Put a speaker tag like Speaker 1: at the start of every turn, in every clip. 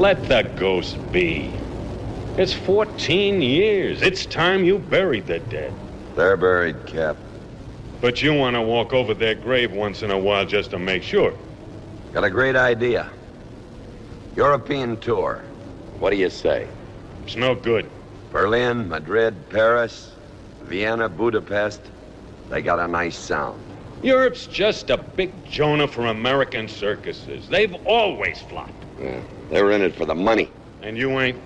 Speaker 1: Let the ghost be. It's 14 years. It's time you buried the dead.
Speaker 2: They're buried, Cap.
Speaker 1: But you want to walk over their grave once in a while just to make sure.
Speaker 2: Got a great idea. European tour. What do you say?
Speaker 1: It's no good.
Speaker 2: Berlin, Madrid, Paris, Vienna, Budapest. They got a nice sound.
Speaker 1: Europe's just a big Jonah for American circuses. They've always flopped.
Speaker 2: Yeah. They were Hmm. in it for the money.
Speaker 1: And you ain't?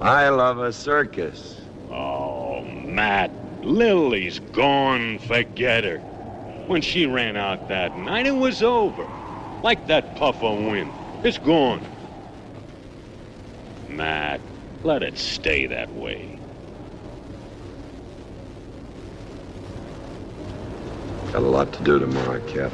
Speaker 2: I love a circus.
Speaker 1: Oh, Matt. Lily's gone. Forget her. When she ran out that night, it was over. Like that puff of wind. It's gone. Matt, let it stay that way.
Speaker 2: Got a lot to do tomorrow, Cap.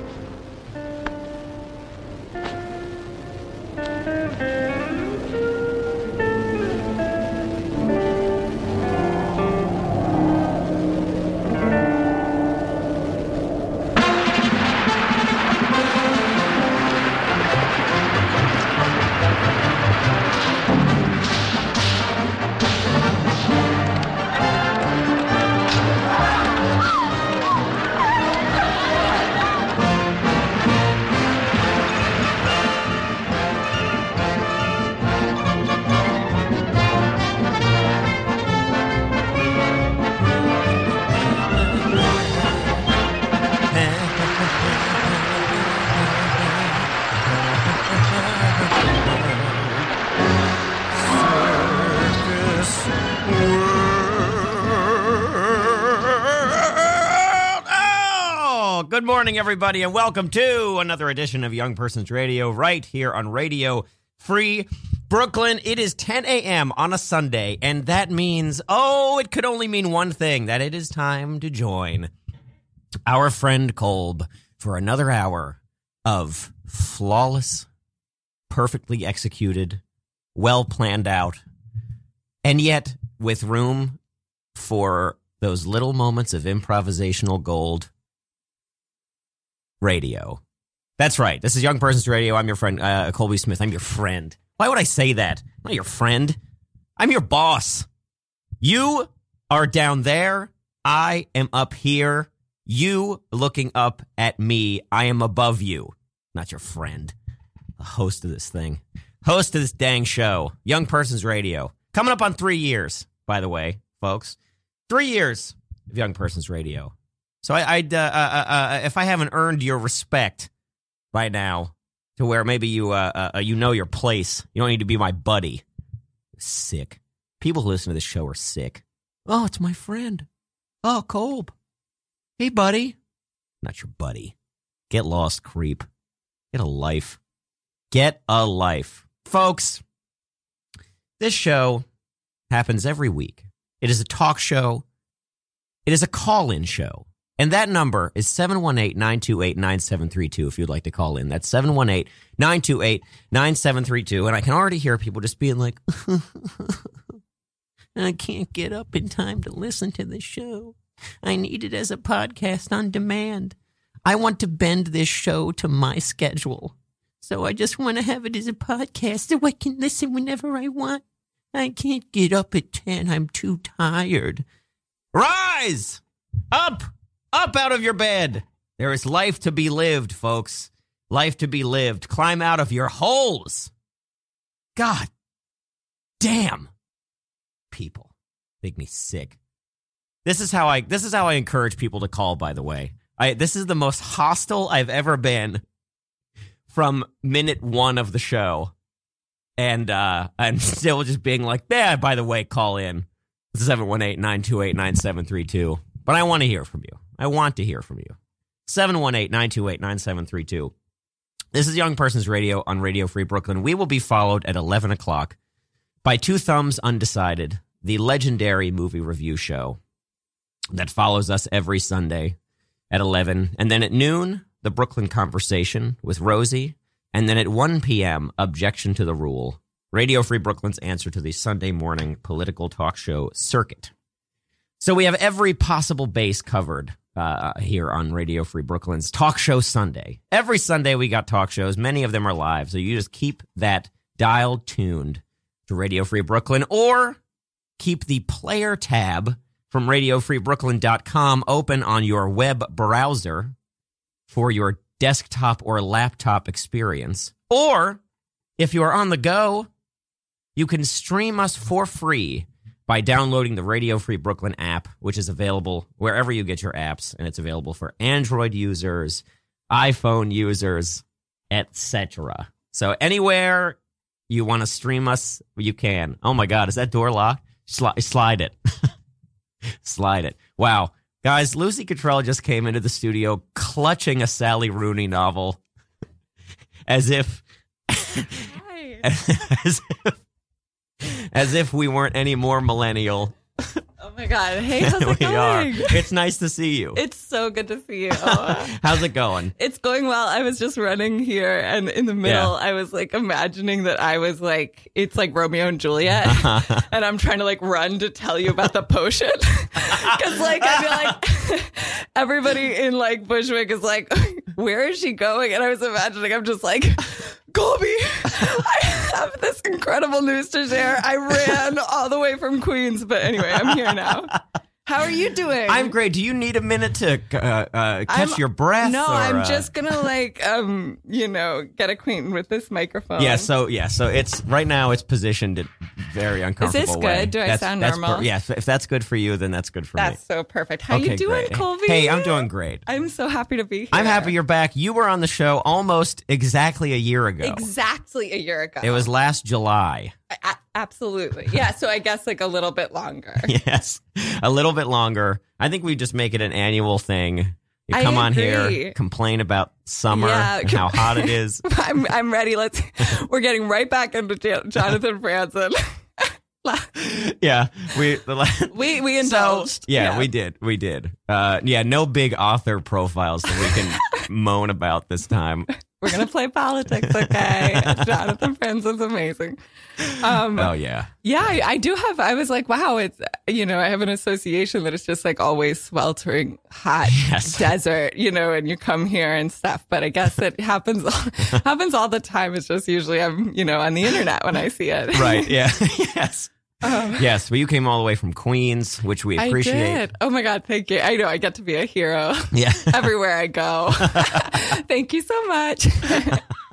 Speaker 3: Oh, Good morning, everybody, and welcome to another edition of Young Persons Radio right here on Radio Free Brooklyn. It is 10 a.m. on a Sunday, and that means, oh, it could only mean one thing that it is time to join our friend Kolb for another hour of flawless, perfectly executed, well planned out, and yet with room for those little moments of improvisational gold radio. That's right. This is Young Persons Radio. I'm your friend, uh, Colby Smith. I'm your friend. Why would I say that? I'm not your friend. I'm your boss. You are down there. I am up here. You looking up at me. I am above you, not your friend. The host of this thing, host of this dang show, Young Persons Radio. Coming up on three years, by the way, folks. Three years of Young Persons Radio. So I, I'd, uh, uh, uh, uh, if I haven't earned your respect by now, to where maybe you, uh, uh, you know your place, you don't need to be my buddy. Sick. People who listen to this show are sick. Oh, it's my friend. Oh, Kolb. Hey, buddy. Not your buddy. Get lost, creep. Get a life. Get a life. Folks, this show happens every week. It is a talk show. It is a call in show. And that number is 718 928 9732 if you'd like to call in. That's 718 928 9732. And I can already hear people just being like, I can't get up in time to listen to the show. I need it as a podcast on demand. I want to bend this show to my schedule. So I just want to have it as a podcast so I can listen whenever I want. I can't get up at 10. I'm too tired. Rise! Up! Up out of your bed! There is life to be lived, folks. Life to be lived. Climb out of your holes. God damn. People make me sick. This is how I this is how I encourage people to call by the way. I this is the most hostile I've ever been from minute 1 of the show. And uh I'm still just being like, "Yeah, by the way, call in. It's 718-928-9732." But I want to hear from you. I want to hear from you. 718-928-9732. This is Young Persons Radio on Radio Free Brooklyn. We will be followed at 11 o'clock by Two Thumbs Undecided, the legendary movie review show that follows us every Sunday at 11. And then at noon, the Brooklyn Conversation with Rosie. And then at 1 p.m., Objection to the Rule, Radio Free Brooklyn's answer to the Sunday morning political talk show circuit. So we have every possible base covered uh, here on Radio Free Brooklyn's Talk Show Sunday. Every Sunday we got talk shows. Many of them are live, so you just keep that dial tuned to Radio Free Brooklyn or keep the player tab from radiofreebrooklyn.com open on your web browser for your desktop or laptop experience. Or if you are on the go, you can stream us for free by downloading the Radio Free Brooklyn app, which is available wherever you get your apps, and it's available for Android users, iPhone users, etc. So anywhere you want to stream us, you can. Oh my God, is that door locked? Sli- slide it. slide it. Wow. Guys, Lucy Cottrell just came into the studio clutching a Sally Rooney novel as if
Speaker 4: Hi.
Speaker 3: as if, as if we weren't any more millennial
Speaker 4: Oh my god. Hey, how's
Speaker 3: than
Speaker 4: it
Speaker 3: we are.
Speaker 4: going?
Speaker 3: It's nice to see you.
Speaker 4: It's so good to see you.
Speaker 3: How's it going?
Speaker 4: it's going well. I was just running here and in the middle I was like imagining that I was like it's like Romeo and Juliet and I'm trying to like run to tell you about the potion. Cuz like I feel like everybody in like Bushwick is like where is she going? And I was imagining I'm just like Colby, I have this incredible news to share. I ran all the way from Queens, but anyway, I'm here now. How are you doing?
Speaker 3: I'm great. Do you need a minute to uh, uh, catch
Speaker 4: I'm-
Speaker 3: your breath?
Speaker 4: No,
Speaker 3: or,
Speaker 4: I'm
Speaker 3: uh,
Speaker 4: just gonna like um, you know, get acquainted with this microphone.
Speaker 3: Yeah, so yeah, so it's right now it's positioned in very uncomfortable.
Speaker 4: good?
Speaker 3: way.
Speaker 4: Do I sound
Speaker 3: that's
Speaker 4: normal?
Speaker 3: per- yeah, so if that's good for you, then that's good for
Speaker 4: that's
Speaker 3: me.
Speaker 4: so perfect. How
Speaker 3: okay,
Speaker 4: you doing,
Speaker 3: great.
Speaker 4: Colby?
Speaker 3: Hey, I'm doing great.
Speaker 4: I'm so happy to be here.
Speaker 3: I'm happy you're back. You were on the show almost exactly a year ago.
Speaker 4: exactly a year ago.
Speaker 3: It was last July.
Speaker 4: A- a- absolutely yeah. So I guess like a little bit longer.
Speaker 3: yes, a little bit longer. I think we just make it an annual thing. You
Speaker 4: I
Speaker 3: come on
Speaker 4: agree.
Speaker 3: here, complain about summer
Speaker 4: Yeah,
Speaker 3: and
Speaker 4: com-
Speaker 3: how hot it is.
Speaker 4: I'm I'm ready. Let's. We're getting right back into Jan- Jonathan Franzen.
Speaker 3: yeah, we the last.
Speaker 4: we we indulged.
Speaker 3: Yeah, we did. We did. Uh, yeah, no big author profiles that we can moan about this time.
Speaker 4: We're gonna play politics, okay? Jonathan Franzen's amazing. Um,
Speaker 3: Oh yeah,
Speaker 4: Yeah, I, I do have. I was like, wow, it's you know, I have an association that it's just like always sweltering hot
Speaker 3: Yes.
Speaker 4: desert, you know, and you come here and stuff. But I guess it happens happens all the time. It's just usually I'm you know on the internet when I see it.
Speaker 3: right. Yeah, yes. yes, but you came all the way from Queens, which we
Speaker 4: Um, I
Speaker 3: appreciate.
Speaker 4: did. Oh my God. Thank you. I know I get to be a hero
Speaker 3: Yeah.
Speaker 4: everywhere I go. thank you so much.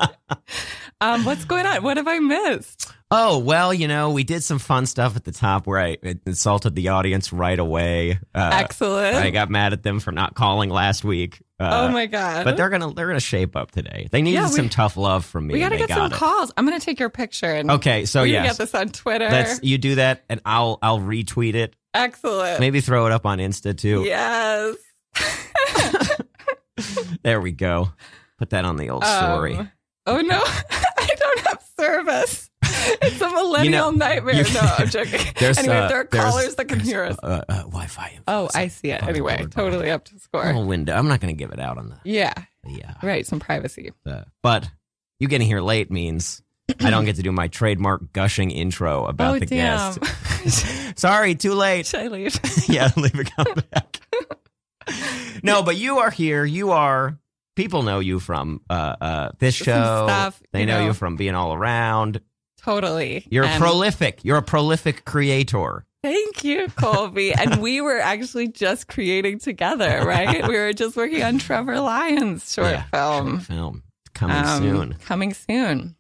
Speaker 4: um, what's going on? What have I missed?
Speaker 3: Oh well, you know, we did some fun stuff at the top where I insulted the audience right away. Uh,
Speaker 4: Excellent.
Speaker 3: I got mad at them for not calling last week. Uh,
Speaker 4: oh my God.
Speaker 3: But they're gonna they're gonna shape up today. They needed
Speaker 4: Yeah, we-
Speaker 3: some tough love from me.
Speaker 4: we
Speaker 3: and
Speaker 4: gotta
Speaker 3: they
Speaker 4: get
Speaker 3: got
Speaker 4: some
Speaker 3: it.
Speaker 4: calls. I'm going to take your picture and
Speaker 3: Okay, so
Speaker 4: we can
Speaker 3: Oh, yes,
Speaker 4: get this on Twitter.
Speaker 3: let's you do that, and I'll I'll retweet it.
Speaker 4: Excellent.
Speaker 3: Maybe throw it up on Insta too.
Speaker 4: Yes.
Speaker 3: There we go. Put that on the old story.
Speaker 4: Um, oh no, I don't have service. It's a millennial nightmare.
Speaker 3: you-
Speaker 4: no, I'm joking.
Speaker 3: There's,
Speaker 4: anyway,
Speaker 3: uh,
Speaker 4: if there are
Speaker 3: there's-
Speaker 4: callers that can hear us.
Speaker 3: Uh, uh, Wi-Fi.
Speaker 4: Oh, I see it.
Speaker 3: Oh,
Speaker 4: Anyway,
Speaker 3: Lord.
Speaker 4: totally up to score.
Speaker 3: Little window. I'm not going to give it out on the.
Speaker 4: Yeah,
Speaker 3: the uh,
Speaker 4: right. Some privacy.
Speaker 3: Uh, but you getting here late means I don't get to do my trademark gushing intro about
Speaker 4: oh
Speaker 3: the
Speaker 4: damn.
Speaker 3: guest. Sorry, too late.
Speaker 4: Should I leave?
Speaker 3: yeah, leave it come back. no, but you are here. You are. People know you from uh, uh, this
Speaker 4: Some
Speaker 3: show.
Speaker 4: stuff,
Speaker 3: they
Speaker 4: you
Speaker 3: know,
Speaker 4: know.
Speaker 3: you from being all around.
Speaker 4: Totally.
Speaker 3: You're
Speaker 4: And
Speaker 3: prolific. You're a prolific creator.
Speaker 4: Thank you, Colby. and we were actually just creating together, right? we were just working on Trevor Lyon's short
Speaker 3: Yeah,
Speaker 4: film.
Speaker 3: Film coming
Speaker 4: Um,
Speaker 3: soon.
Speaker 4: Coming soon.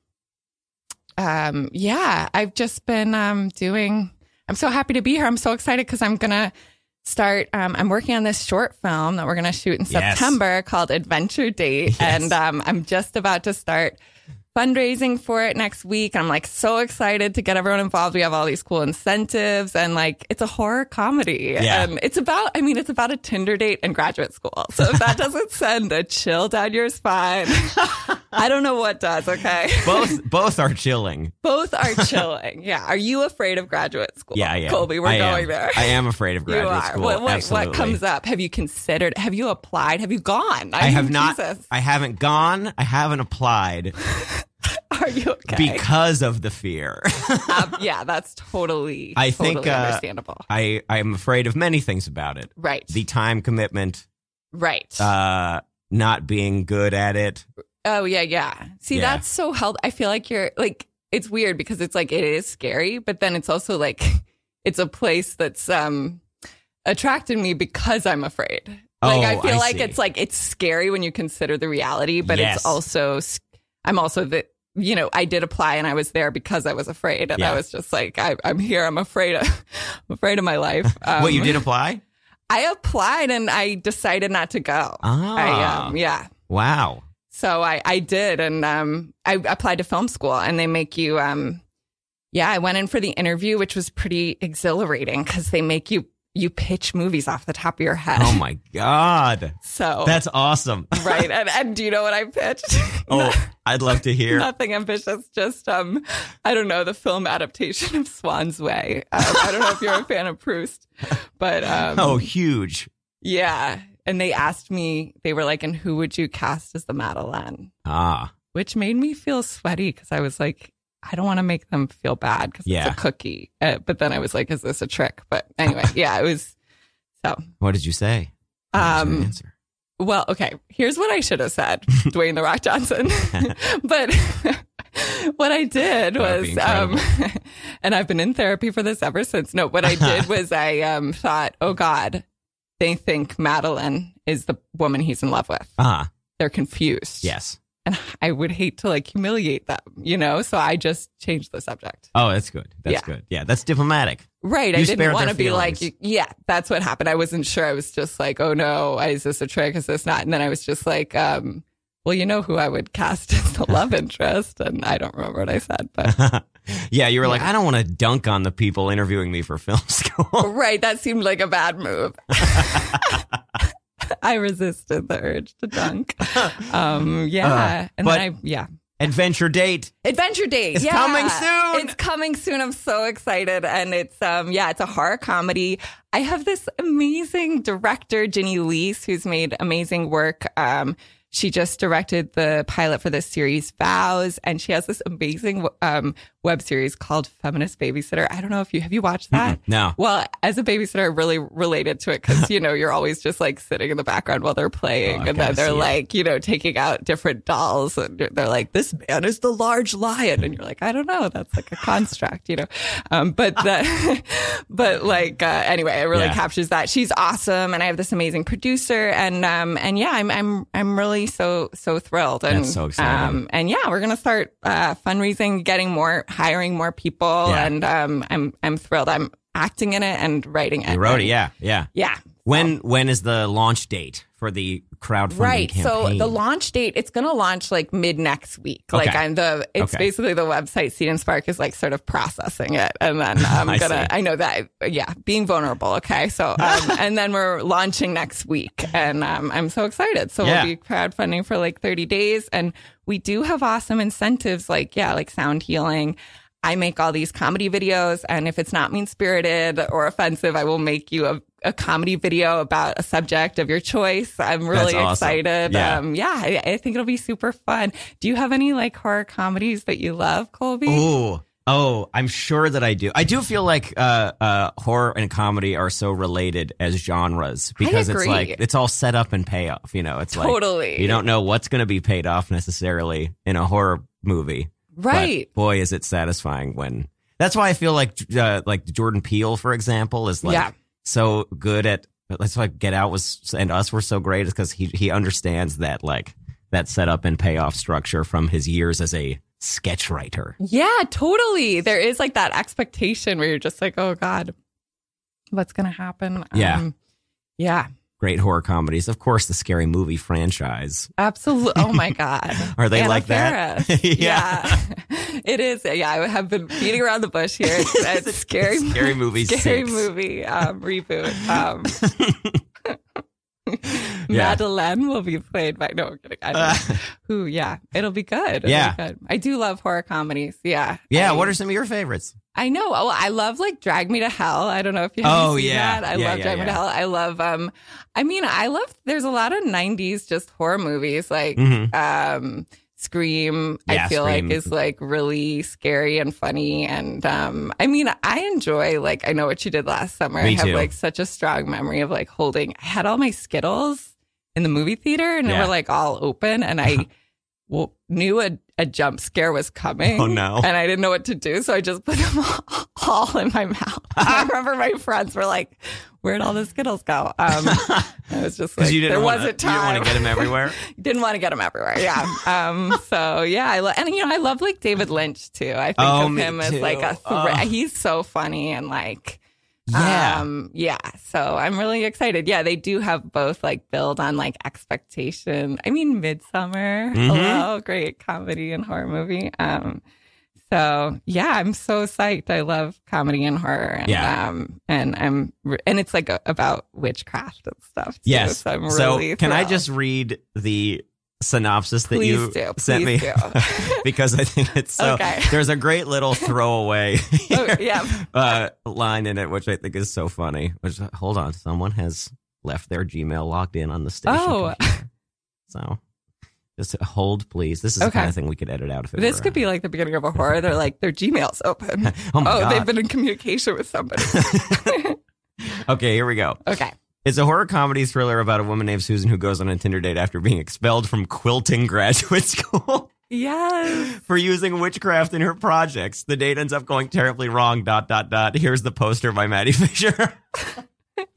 Speaker 4: Um, yeah, I've just been um, doing. I'm so happy to be here. I'm so excited because I'm gonna start. Um, I'm working on this short film that we're gonna shoot in
Speaker 3: Yes.
Speaker 4: September called Adventure Date,
Speaker 3: Yes.
Speaker 4: and um, I'm just about to start fundraising for it next week. I'm like so excited to get everyone involved. We have all these cool incentives, and like it's a horror comedy.
Speaker 3: Yeah.
Speaker 4: And it's about. I mean, it's about a Tinder date in graduate school. So if that doesn't send a chill down your spine. I don't know what does, okay?
Speaker 3: Both both are chilling.
Speaker 4: Both are chilling. Yeah. Are you afraid of graduate school?
Speaker 3: Yeah, I am.
Speaker 4: Colby, we're
Speaker 3: I am.
Speaker 4: going there.
Speaker 3: I am afraid of
Speaker 4: you
Speaker 3: graduate
Speaker 4: are.
Speaker 3: school.
Speaker 4: What, what,
Speaker 3: Absolutely.
Speaker 4: what comes up? Have you considered? Have you applied? Have you gone?
Speaker 3: I, have
Speaker 4: mean,
Speaker 3: not.
Speaker 4: Jesus.
Speaker 3: I haven't gone. I haven't applied
Speaker 4: Are you okay?
Speaker 3: because of the fear.
Speaker 4: Um, yeah, that's totally,
Speaker 3: I
Speaker 4: totally
Speaker 3: think, uh,
Speaker 4: understandable.
Speaker 3: I I am afraid of many things about it.
Speaker 4: Right.
Speaker 3: The time commitment,
Speaker 4: right.
Speaker 3: uh, not being good at it.
Speaker 4: oh, yeah, yeah. See,
Speaker 3: Yeah.
Speaker 4: that's so held. I feel like you're like, it's weird because it's like, it is scary, but then it's also like, it's a place that's, um, attracted me because I'm afraid. Like
Speaker 3: Oh,
Speaker 4: I feel
Speaker 3: I
Speaker 4: like
Speaker 3: see.
Speaker 4: it's like it's scary when you consider the reality, but
Speaker 3: Yes.
Speaker 4: it's also s- I'm also the you know I did apply and I was there because I was afraid, and
Speaker 3: Yeah.
Speaker 4: I was just like I, I'm here. I'm afraid. Of, I'm afraid of my life. Um,
Speaker 3: what you did apply?
Speaker 4: I applied and I decided not to go. I,
Speaker 3: Ah,
Speaker 4: um, yeah.
Speaker 3: wow.
Speaker 4: So I, I did, and um, I applied to film school, and they make you, um, yeah, I went in for the interview, which was pretty exhilarating because they make you you pitch movies off the top of your head.
Speaker 3: Oh my god,
Speaker 4: so
Speaker 3: that's awesome.
Speaker 4: right, and, and do you know what I pitched?
Speaker 3: Oh, I'd love to hear.
Speaker 4: Nothing ambitious, just um, I don't know the film adaptation of Swan's Way. Um, I don't know if you're a fan of Proust, but um,
Speaker 3: Oh, huge.
Speaker 4: yeah. And they asked me, they were like, "And who would you cast as the Madeleine?"
Speaker 3: Ah,
Speaker 4: which made me feel sweaty because I was like, I don't want to make them feel bad because
Speaker 3: Yeah.
Speaker 4: it's a cookie. Uh, but then I was like, is this a trick? But anyway, yeah, it was. So,
Speaker 3: what did you say? What was your
Speaker 4: um,
Speaker 3: answer?
Speaker 4: well, okay, here's what I should have said, Dwayne The Rock Johnson. but what I did
Speaker 3: That would
Speaker 4: was,
Speaker 3: be
Speaker 4: um, and I've been in therapy for this ever since. No, what I did was I um, thought, oh God, they think Madeline is the woman he's in love with.
Speaker 3: Ah,
Speaker 4: They're confused.
Speaker 3: yes.
Speaker 4: and I would hate to like humiliate them, you know? So I just changed the subject.
Speaker 3: Oh, that's good. That's
Speaker 4: Yeah.
Speaker 3: good. Yeah, that's diplomatic.
Speaker 4: Right.
Speaker 3: You
Speaker 4: I
Speaker 3: spared
Speaker 4: didn't want
Speaker 3: their
Speaker 4: to be like,
Speaker 3: feelings.
Speaker 4: yeah, that's what happened. I wasn't sure. I was just like, oh no, is this a trick? Is this not? And then I was just like, um, well, you know who I would cast as the love interest. And I don't remember what I said, but
Speaker 3: yeah, you were like, I don't want to dunk on the people interviewing me for film school.
Speaker 4: right. That seemed like a bad move. I resisted the urge to dunk. Um, yeah.
Speaker 3: Uh,
Speaker 4: and
Speaker 3: but-
Speaker 4: then I, yeah.
Speaker 3: Adventure date.
Speaker 4: Adventure Date.
Speaker 3: It's
Speaker 4: yeah.
Speaker 3: coming soon.
Speaker 4: It's coming soon. I'm so excited. And it's um yeah, it's a horror comedy. I have this amazing director, Ginny Lees, who's made amazing work. Um, She just directed the pilot for this series, Vows, and she has this amazing um, web series called Feminist Babysitter. I don't know if you have you watched that.
Speaker 3: no.
Speaker 4: Well, as a babysitter, I really related to it because you know you're always just like sitting in the background while they're playing,
Speaker 3: I've
Speaker 4: and
Speaker 3: Oh, gotta
Speaker 4: then they're
Speaker 3: see it.
Speaker 4: like you know taking out different dolls, and they're like, "This man is the large lion," and you're like, "I don't know, that's like a construct," you know. Um, but the, but like uh, anyway, it really
Speaker 3: Yeah.
Speaker 4: captures that. She's awesome, and I have this amazing producer, and um and yeah, I'm I'm I'm really so so thrilled, and
Speaker 3: That's so exciting.
Speaker 4: um, and yeah, we're gonna start uh, fundraising, getting more, hiring more people,
Speaker 3: Yeah.
Speaker 4: and um, I'm I'm thrilled. I'm acting in it and writing it.
Speaker 3: You wrote it,
Speaker 4: And-
Speaker 3: yeah, yeah.
Speaker 4: yeah.
Speaker 3: When when is the launch date for the crowdfunding
Speaker 4: Right. So
Speaker 3: campaign?
Speaker 4: the launch date, it's going to launch like mid next week. Like
Speaker 3: Okay.
Speaker 4: I'm the, it's
Speaker 3: Okay.
Speaker 4: basically the website Seed and Spark is like sort of processing it. And then I'm
Speaker 3: I
Speaker 4: going
Speaker 3: see.
Speaker 4: to, I know that, yeah, being vulnerable. Okay. So, um, and then we're launching next week and um, I'm so excited. So
Speaker 3: Yeah.
Speaker 4: we'll be crowdfunding for like 30 days and we do have awesome incentives like, yeah, like sound healing. I make all these comedy videos, and if it's not mean spirited or offensive, I will make you a, a comedy video about a subject of your choice. I'm really
Speaker 3: awesome.
Speaker 4: excited.
Speaker 3: Yeah.
Speaker 4: Um, yeah, I, I think it'll be super fun. Do you have any like horror comedies that you love, Colby?
Speaker 3: Ooh. Oh, I'm sure that I do. I do feel like uh, uh, horror and comedy are so related as genres because it's
Speaker 4: agree.
Speaker 3: like it's all set up and payoff. You know, it's like
Speaker 4: Totally.
Speaker 3: you don't know what's going to be paid off necessarily in a horror movie. But
Speaker 4: right.
Speaker 3: boy, is it satisfying when. That's why I feel like uh, like Jordan Peele, for example, is like
Speaker 4: Yeah.
Speaker 3: so good at. That's why Get Out was and Us were so great is because he he understands that like that setup and payoff structure from his years as a sketch writer.
Speaker 4: Yeah, totally. There is like that expectation where you're just like, oh God, what's going to happen? Um,
Speaker 3: Yeah.
Speaker 4: yeah,
Speaker 3: Great horror comedies, of course, the Scary Movie franchise.
Speaker 4: absolutely. Oh my God.
Speaker 3: Are they
Speaker 4: Anna
Speaker 3: like that?
Speaker 4: Faris. yeah. It is. Yeah, I have been beating around the bush here. It's, it's scary,
Speaker 3: Scary Movie
Speaker 4: scary
Speaker 3: six.
Speaker 4: movie um, reboot. Um,
Speaker 3: Yeah. Uh.
Speaker 4: Madeline will be played by no I'm kidding. I don't know. Who? Yeah, it'll be good. It'll
Speaker 3: Yeah.
Speaker 4: be good. I do love horror comedies. Yeah,
Speaker 3: Yeah,
Speaker 4: I,
Speaker 3: what are some of your favorites?
Speaker 4: I know. Oh, I love like Drag Me to Hell. I don't know if you have
Speaker 3: Oh,
Speaker 4: seen
Speaker 3: yeah.
Speaker 4: that. I
Speaker 3: Yeah,
Speaker 4: love
Speaker 3: yeah,
Speaker 4: Drag Me
Speaker 3: yeah.
Speaker 4: to Hell. I love. Um, I mean, I love. There's a lot of '90s just horror movies like
Speaker 3: Mhm.
Speaker 4: um scream
Speaker 3: Yeah,
Speaker 4: i feel
Speaker 3: Scream.
Speaker 4: like is like really scary and funny and um i mean i enjoy like i know what you did last summer
Speaker 3: Me
Speaker 4: i have
Speaker 3: too.
Speaker 4: like such a strong memory of like holding i had all my skittles in the movie theater and they
Speaker 3: Yeah.
Speaker 4: were like all open and i w- knew a, a jump scare was coming
Speaker 3: Oh, no.
Speaker 4: and i didn't know what to do so i just put them all, all in my mouth i remember my friends were like where'd all the skittles go um i was just like
Speaker 3: Because you didn't
Speaker 4: there
Speaker 3: wanna,
Speaker 4: wasn't
Speaker 3: you didn't
Speaker 4: time
Speaker 3: want to get them everywhere.
Speaker 4: didn't want to get him everywhere. Yeah. Um. So yeah, I love and you know I love like David Lynch too. I think
Speaker 3: Oh,
Speaker 4: of
Speaker 3: me
Speaker 4: him as
Speaker 3: too.
Speaker 4: like a thre-
Speaker 3: Ugh.
Speaker 4: he's so funny and like
Speaker 3: yeah,
Speaker 4: um yeah. So I'm really excited. Yeah, they do have both like build on like expectation. I mean, Midsummer,
Speaker 3: Mm-hmm.
Speaker 4: hello, great comedy and horror movie. Um. So yeah, I'm so psyched. I love comedy and horror. And,
Speaker 3: Yeah.
Speaker 4: Um. And I'm re- and it's like a- about witchcraft and stuff. Too,
Speaker 3: yes.
Speaker 4: So I'm really
Speaker 3: so can I
Speaker 4: thrilled.
Speaker 3: just read the synopsis that
Speaker 4: Please
Speaker 3: you
Speaker 4: do.
Speaker 3: sent
Speaker 4: Please
Speaker 3: me?
Speaker 4: do.
Speaker 3: because I think it's so.
Speaker 4: Okay.
Speaker 3: There's a great little throwaway
Speaker 4: Oh, yeah.
Speaker 3: uh, line in it, which I think is so funny. Which hold on, someone has left their Gmail logged in on the station.
Speaker 4: Oh.
Speaker 3: computer. so just hold, please. This is the
Speaker 4: Okay.
Speaker 3: kind of thing we could edit out if it
Speaker 4: This
Speaker 3: were,
Speaker 4: could be like the beginning of a horror. They're like, their Gmail's open.
Speaker 3: Oh my
Speaker 4: oh, they've
Speaker 3: god.
Speaker 4: been in communication with somebody.
Speaker 3: okay, here we go.
Speaker 4: okay.
Speaker 3: It's a horror comedy thriller about a woman named Susan who goes on a Tinder date after being expelled from quilting graduate school.
Speaker 4: Yes.
Speaker 3: for using witchcraft in her projects. The date ends up going terribly wrong. Dot dot dot. Here's the poster by Maddie Fisher.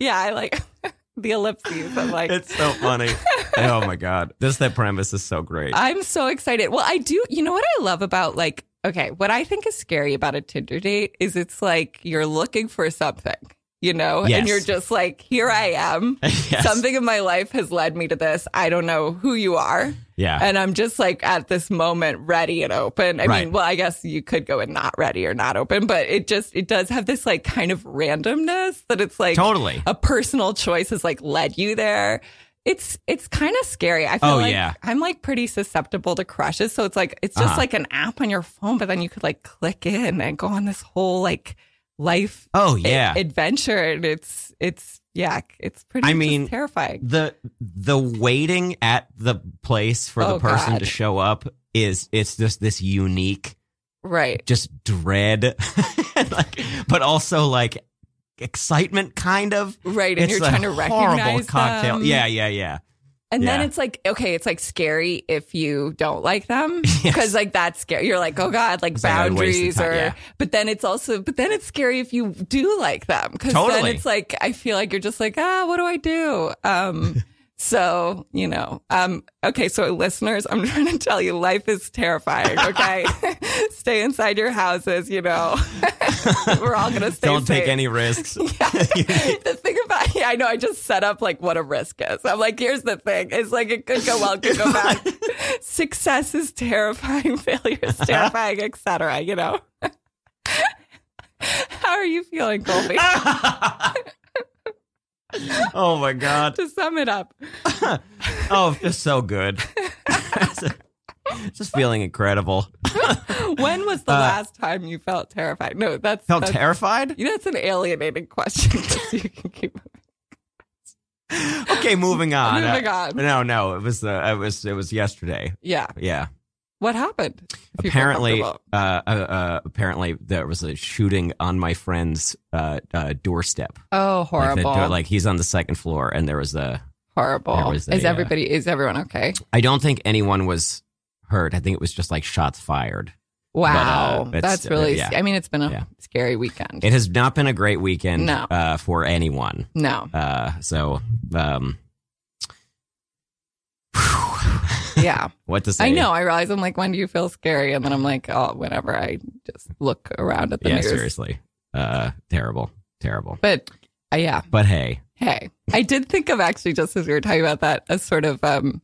Speaker 4: Yeah, I like the ellipses. I'm like,
Speaker 3: it's so funny. oh my god, this that premise is so great.
Speaker 4: I'm so excited. Well, I do. You know what I love about like, okay, what I think is scary about a Tinder date is it's like you're looking for something, you know,
Speaker 3: Yes.
Speaker 4: and you're just like, here I am.
Speaker 3: Yes.
Speaker 4: Something in my life has led me to this. I don't know who you are.
Speaker 3: Yeah.
Speaker 4: And I'm just like at this moment ready and open. I
Speaker 3: Right.
Speaker 4: mean, well, I guess you could go in not ready or not open, but it just it does have this like kind of randomness that it's like uh,
Speaker 3: totally.
Speaker 4: a personal choice has like led you there. It's it's kind of scary. I feel
Speaker 3: Oh,
Speaker 4: like
Speaker 3: yeah.
Speaker 4: I'm like pretty susceptible to crushes, so it's like it's just
Speaker 3: Uh-huh.
Speaker 4: like an app on your phone, but then you could like click in and go on this whole like life
Speaker 3: Oh
Speaker 4: a-
Speaker 3: yeah.
Speaker 4: adventure, and it's it's yak. It's pretty.
Speaker 3: I
Speaker 4: just
Speaker 3: mean,
Speaker 4: terrifying.
Speaker 3: the the waiting at the place for the
Speaker 4: Oh,
Speaker 3: person
Speaker 4: God.
Speaker 3: to show up is it's just this unique
Speaker 4: Right.
Speaker 3: just dread like but also like excitement kind of
Speaker 4: Right. And
Speaker 3: it's
Speaker 4: you're
Speaker 3: a
Speaker 4: trying to
Speaker 3: horrible
Speaker 4: recognize
Speaker 3: cocktail
Speaker 4: them.
Speaker 3: yeah yeah yeah
Speaker 4: And
Speaker 3: Yeah.
Speaker 4: then it's like, okay, it's like scary if you don't like them
Speaker 3: Yes.
Speaker 4: because like that's scary. You're like, oh God, like
Speaker 3: It's like I wasted
Speaker 4: boundaries
Speaker 3: time,
Speaker 4: or,
Speaker 3: yeah.
Speaker 4: but then it's also, but then it's scary if you do like them because
Speaker 3: Totally.
Speaker 4: then it's like, I feel like you're just like, ah, what do I do? Um, so, you know, um, okay. So listeners, I'm trying to tell you life is terrifying. Okay. stay inside your houses, you know, we're all going to stay
Speaker 3: don't take
Speaker 4: safe.
Speaker 3: any risks
Speaker 4: the thing about yeah, I know I just set up like what a risk is. I'm like, here's the thing. It's like it could go well, it could go bad. Success is terrifying, failure is terrifying, etc. You know. How are you feeling, Colby?
Speaker 3: Ah. oh my god
Speaker 4: to sum it up,
Speaker 3: oh just so good just feeling incredible
Speaker 4: when was the last time you felt terrified? No, that's
Speaker 3: Uh, felt
Speaker 4: that's,
Speaker 3: terrified
Speaker 4: that's an alienating question. so you can keep
Speaker 3: okay moving on
Speaker 4: moving
Speaker 3: Uh,
Speaker 4: on.
Speaker 3: no no it was uh, it was it was yesterday
Speaker 4: Yeah,
Speaker 3: yeah
Speaker 4: what happened? If you feel
Speaker 3: apparently, uh,
Speaker 4: comfortable.
Speaker 3: uh, uh, apparently there was a shooting on my friend's uh, uh, doorstep.
Speaker 4: oh,
Speaker 3: Like, the
Speaker 4: horrible,
Speaker 3: door- like, he's on the second floor, and there was a. there
Speaker 4: horrible.
Speaker 3: was
Speaker 4: Is
Speaker 3: a, uh,
Speaker 4: everybody? Is everyone okay?
Speaker 3: I don't think anyone was hurt. I think it was just like shots fired.
Speaker 4: Wow,
Speaker 3: But, uh, it's-
Speaker 4: that's really.
Speaker 3: yeah.
Speaker 4: I mean, it's been a
Speaker 3: Yeah.
Speaker 4: scary weekend.
Speaker 3: It has not been a great weekend
Speaker 4: No.
Speaker 3: uh, for anyone.
Speaker 4: no,
Speaker 3: Uh, so, um,
Speaker 4: yeah,
Speaker 3: what to say?
Speaker 4: I know. I realize I'm like, when do you feel scary? And then I'm like, oh, whenever I just look around at the
Speaker 3: Yeah,
Speaker 4: news.
Speaker 3: seriously, uh, terrible, terrible.
Speaker 4: But uh, yeah,
Speaker 3: But hey,
Speaker 4: hey, I did think of actually just as we were talking about that, a sort of um,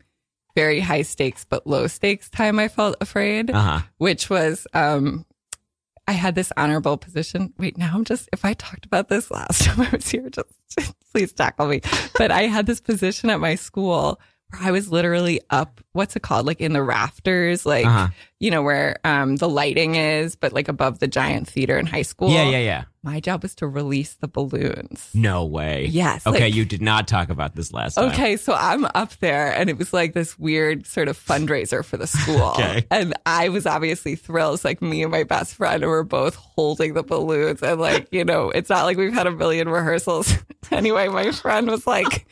Speaker 4: very high stakes but low stakes time I felt afraid,
Speaker 3: uh huh.
Speaker 4: which was um, I had this honorable position. Wait, now I'm just if I talked about this last time I was here, just please tackle me. But I had this position at my school where I was literally up, what's it called? Like in the rafters, like
Speaker 3: Uh-huh.
Speaker 4: you know, where um the lighting is, but like above the giant theater in high school.
Speaker 3: Yeah, yeah, yeah.
Speaker 4: My job was to release the balloons.
Speaker 3: No way.
Speaker 4: Yes.
Speaker 3: Okay,
Speaker 4: like-
Speaker 3: you did not talk about this last time.
Speaker 4: Okay, so I'm up there, and it was like this weird sort of fundraiser for the school.
Speaker 3: Okay.
Speaker 4: And I was obviously thrilled. It's like me and my best friend were both holding the balloons, and like, you know, it's not like we've had a million rehearsals. anyway, my friend was like,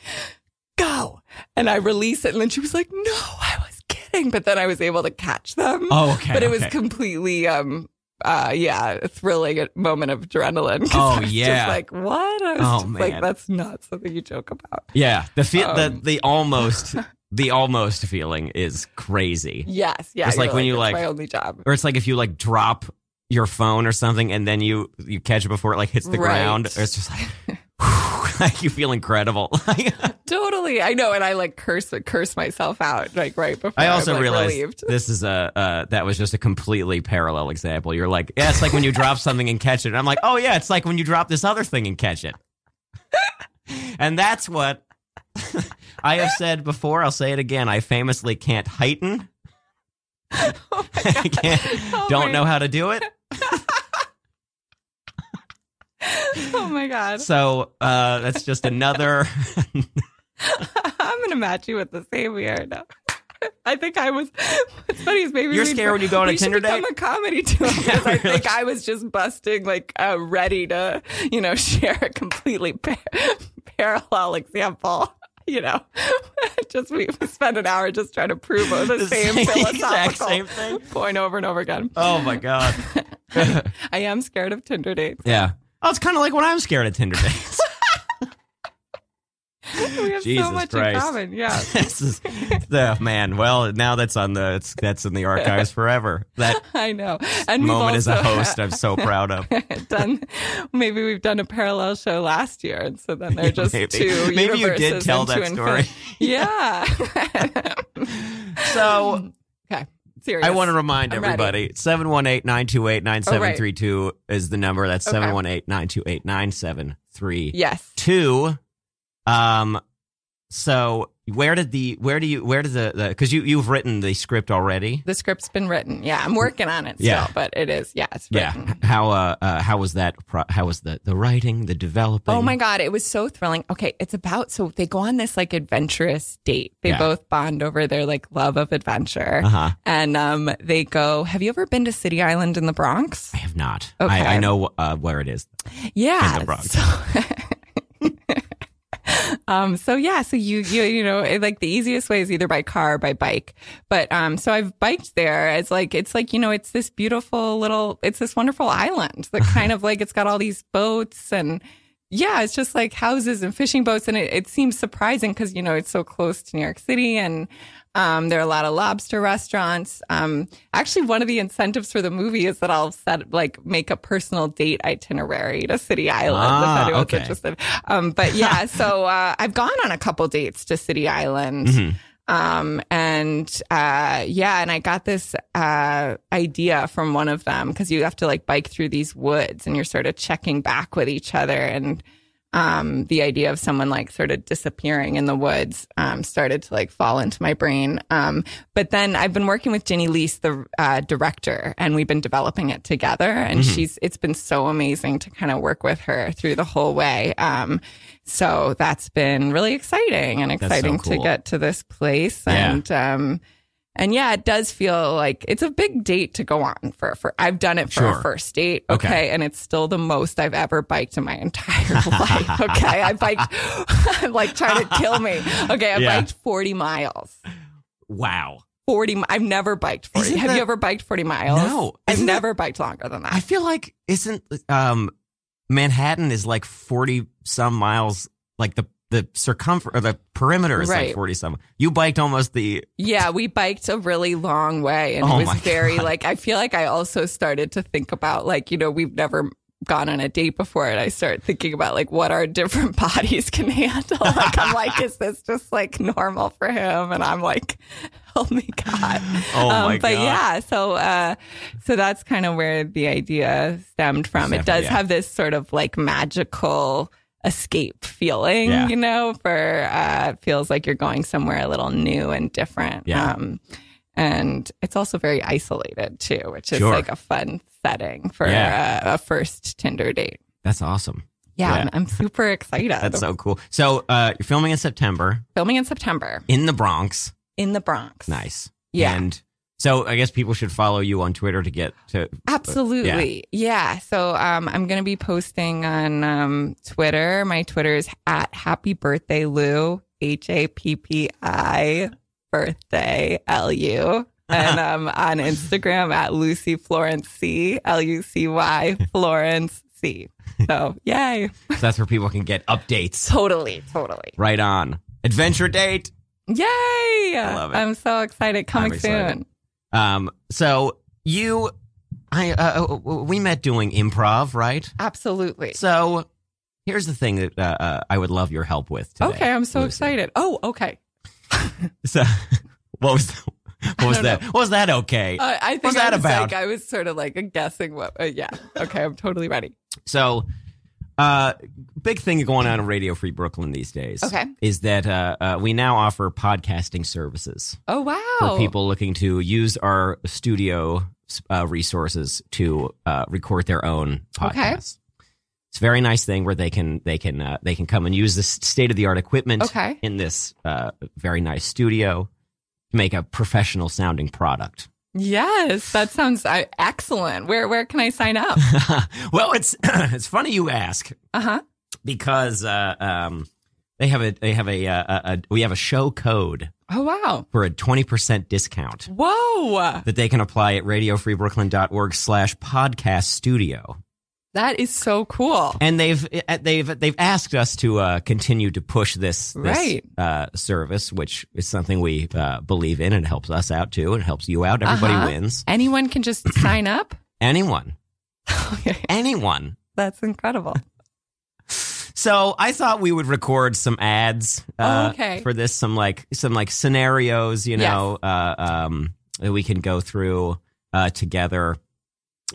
Speaker 4: go. And I release it. And then she was like, no, I was kidding. But then I was able to catch them.
Speaker 3: Oh, okay.
Speaker 4: but it was
Speaker 3: okay.
Speaker 4: completely, um, uh, yeah, a thrilling moment of adrenaline.
Speaker 3: Oh,
Speaker 4: 'Cause I was
Speaker 3: yeah.
Speaker 4: Just like, what? I was
Speaker 3: Oh,
Speaker 4: just
Speaker 3: man.
Speaker 4: like, that's not something you joke about.
Speaker 3: Yeah, the fe- the
Speaker 4: Um,
Speaker 3: the almost the almost feeling is crazy.
Speaker 4: Yes, yeah.
Speaker 3: It's like
Speaker 4: you're
Speaker 3: when you,
Speaker 4: "That's
Speaker 3: like-
Speaker 4: my only job.
Speaker 3: Or it's like if you like drop your phone or something and then you you catch it before it like hits the
Speaker 4: Right.
Speaker 3: ground. Or it's just like whew, like you feel incredible. Like,
Speaker 4: Totally, I know, and I like curse curse myself out like right before.
Speaker 3: I
Speaker 4: I'm,
Speaker 3: also
Speaker 4: like,
Speaker 3: realized
Speaker 4: relieved.
Speaker 3: this is a uh, that was just a completely parallel example. You're like, yeah, it's like when you drop something and catch it. And I'm like, oh yeah, it's like when you drop this other thing and catch it. and that's what I have said before. I'll say it again. I famously can't heighten.
Speaker 4: Oh my
Speaker 3: I
Speaker 4: God.
Speaker 3: can't,
Speaker 4: Help
Speaker 3: don't
Speaker 4: me.
Speaker 3: know how to do it.
Speaker 4: Oh my god,
Speaker 3: So uh, that's just another.
Speaker 4: I'm gonna match you with the same here. No. I think I was. What's funny is maybe
Speaker 3: You're
Speaker 4: we-
Speaker 3: scared when you go on a
Speaker 4: we should
Speaker 3: Tinder
Speaker 4: become
Speaker 3: date?
Speaker 4: a comedy duo. 'cause
Speaker 3: Yeah,
Speaker 4: I
Speaker 3: really.
Speaker 4: think I was just busting like uh, ready to you know share a completely par- parallel example. You know, just we we spent an hour just trying to prove the,
Speaker 3: The
Speaker 4: same,
Speaker 3: same- exact
Speaker 4: philosophical
Speaker 3: same thing.
Speaker 4: point over and over again.
Speaker 3: oh my god.
Speaker 4: I am scared of Tinder dates.
Speaker 3: Yeah. Oh, it's kind of like when I'm scared of Tinder dates.
Speaker 4: We have
Speaker 3: Jesus
Speaker 4: so much
Speaker 3: Christ.
Speaker 4: in common. Yeah.
Speaker 3: this is the oh, man. Well, now that's on the it's, that's in the archives forever. That
Speaker 4: I know. And we've
Speaker 3: moment as a
Speaker 4: also
Speaker 3: host, I'm so proud of.
Speaker 4: done maybe we've done a parallel show last year and so then they're just
Speaker 3: Maybe.
Speaker 4: two
Speaker 3: Maybe you did
Speaker 4: universes
Speaker 3: tell
Speaker 4: into
Speaker 3: that
Speaker 4: infinite- yeah.
Speaker 3: So
Speaker 4: okay. Serious.
Speaker 3: I want to remind
Speaker 4: I'm
Speaker 3: everybody 718 928 9732 is the number. That's
Speaker 4: Okay.
Speaker 3: 718 928 9732.
Speaker 4: Yes.
Speaker 3: Um, So where did the where do you where does the because you you've written the script already?
Speaker 4: The script's been written. Yeah, I'm working on it still,
Speaker 3: Yeah.
Speaker 4: but it is. Yeah, it's written.
Speaker 3: Yeah. How uh, uh how was that? Pro- how was the the writing, the developing?
Speaker 4: Oh my God, it was so thrilling. Okay, it's about so they go on this like adventurous date. They
Speaker 3: Yeah.
Speaker 4: both bond over their like love of adventure.
Speaker 3: Uh-huh.
Speaker 4: And um they go, Have you ever been to City Island in the Bronx?
Speaker 3: I have not.
Speaker 4: Okay.
Speaker 3: I, I know uh, where it is.
Speaker 4: Yeah.
Speaker 3: In the Bronx.
Speaker 4: so- um so yeah, so you you you know, it, like the easiest way is either by car or by bike. But um so I've biked there. It's like it's like, you know, it's this beautiful little it's this wonderful island that kind of like it's got all these boats and yeah, it's just like houses and fishing boats and it, it seems surprising cuz you know, it's so close to New York City and um, there are a lot of lobster restaurants. Um, actually, one of the incentives for the movie is that I'll set like make a personal date itinerary to City Island
Speaker 3: Ah,
Speaker 4: if anyone's
Speaker 3: okay.
Speaker 4: interested. Um, but yeah, so uh, I've gone on a couple dates to City Island.
Speaker 3: Mhm.
Speaker 4: Um, and uh, yeah, and I got this uh, idea from one of them because you have to like bike through these woods and you're sort of checking back with each other. And um, the idea of someone like sort of disappearing in the woods um, started to like fall into my brain. Um, but then I've been working with Ginny Lease, the uh, director, and we've been developing it together. And
Speaker 3: Mm-hmm.
Speaker 4: she's it's been so amazing to kind of work with her through the whole way. Um, so that's been really exciting and
Speaker 3: so
Speaker 4: exciting
Speaker 3: cool.
Speaker 4: to get to this place
Speaker 3: Yeah.
Speaker 4: and um and yeah it does feel like it's a big date to go on for for i've done it for
Speaker 3: Sure.
Speaker 4: a first date
Speaker 3: Okay.
Speaker 4: okay, and it's still the most i've ever biked in my entire life okay i biked I'm like trying to kill me okay i
Speaker 3: Yeah.
Speaker 4: biked 40 miles
Speaker 3: Wow.
Speaker 4: 40 mi- i've never biked 40
Speaker 3: Isn't
Speaker 4: have
Speaker 3: that-
Speaker 4: you ever biked 40 miles
Speaker 3: No.
Speaker 4: i've
Speaker 3: Isn't that-
Speaker 4: never biked longer than that
Speaker 3: I feel like isn't um Manhattan is like forty some miles like the the circumference or the perimeter is like
Speaker 4: Right.
Speaker 3: forty some. You biked almost the
Speaker 4: Yeah, we biked a really long way and
Speaker 3: Oh
Speaker 4: it
Speaker 3: my
Speaker 4: was very
Speaker 3: God.
Speaker 4: like I feel like I also started to think about like, you know, we've never gone on a date before and I start thinking about like what our different bodies can handle. Like I'm like, is this just like normal for him? And I'm like, oh my God. Um,
Speaker 3: Oh my
Speaker 4: but
Speaker 3: God.
Speaker 4: yeah, so uh so that's kind of where the idea stemmed from. It
Speaker 3: Stemmed,
Speaker 4: does
Speaker 3: yeah.
Speaker 4: have this sort of like magical escape feeling,
Speaker 3: Yeah.
Speaker 4: you know, for uh, it feels like you're going somewhere a little new and different.
Speaker 3: Yeah.
Speaker 4: Um, and it's also very isolated too, which is
Speaker 3: Sure.
Speaker 4: like a fun setting for
Speaker 3: Yeah.
Speaker 4: uh, a first Tinder date.
Speaker 3: That's awesome.
Speaker 4: Yeah,
Speaker 3: Yeah.
Speaker 4: I'm, I'm super excited.
Speaker 3: That's so cool. So uh you're filming in September
Speaker 4: Filming in September
Speaker 3: in the Bronx.
Speaker 4: in the Bronx.
Speaker 3: Nice.
Speaker 4: Yeah.
Speaker 3: And so I guess people should follow you on Twitter to get to
Speaker 4: Absolutely. Yeah. So um, I'm going to be posting on um, Twitter. My Twitter is at happy birthday Lou, H A P P I birthday L U. And um, on Instagram at Lucy Florence C, L U C Y Florence C. So yay.
Speaker 3: so that's where people can get updates.
Speaker 4: Totally. Totally.
Speaker 3: Right on. Adventure date.
Speaker 4: Yay. I
Speaker 3: love it.
Speaker 4: am so excited. Coming
Speaker 3: excited.
Speaker 4: soon.
Speaker 3: Um so you I uh, we met doing improv, right?
Speaker 4: Absolutely.
Speaker 3: So here's the thing that uh, uh, I would love your help with today.
Speaker 4: Okay. I'm so
Speaker 3: Lucy.
Speaker 4: excited. Oh, okay.
Speaker 3: So what was what was
Speaker 4: don't
Speaker 3: that? What was that okay?
Speaker 4: Uh, I think
Speaker 3: What's that
Speaker 4: I was
Speaker 3: about?
Speaker 4: like I was sort of like guessing what. Uh, yeah. Okay, I'm totally ready.
Speaker 3: so uh big thing going on in Radio Free Brooklyn these days
Speaker 4: Okay.
Speaker 3: is that uh, uh we now offer podcasting services
Speaker 4: Oh wow.
Speaker 3: for people looking to use our studio uh, resources to uh, record their own podcasts.
Speaker 4: Okay.
Speaker 3: It's a very nice thing where they can they can uh, they can come and use this state of the art equipment
Speaker 4: Okay.
Speaker 3: in this uh, very nice studio to make a professional sounding product.
Speaker 4: Yes, that sounds uh, excellent. Where where can I sign up?
Speaker 3: well, it's it's funny you ask
Speaker 4: Uh huh.
Speaker 3: because uh, um, they have a they have a, uh, a, a we have a show code
Speaker 4: Oh wow.
Speaker 3: for a twenty percent discount
Speaker 4: Whoa.
Speaker 3: that they can apply at radiofreebrooklyn.org slash podcast studio.
Speaker 4: That is so cool.
Speaker 3: And they've eh, they've they've asked us to uh, continue to push this, this
Speaker 4: Right.
Speaker 3: uh, service, which is something we uh, believe in and helps us out too, and helps you out. Everybody
Speaker 4: Uh-huh.
Speaker 3: wins.
Speaker 4: Anyone can just sign up.
Speaker 3: Anyone,
Speaker 4: Okay,
Speaker 3: anyone.
Speaker 4: that's incredible.
Speaker 3: So I thought we would record some ads uh,
Speaker 4: Oh, okay.
Speaker 3: for this, some like some like scenarios, you
Speaker 4: Yes.
Speaker 3: know, uh, um, that we can go through uh, together,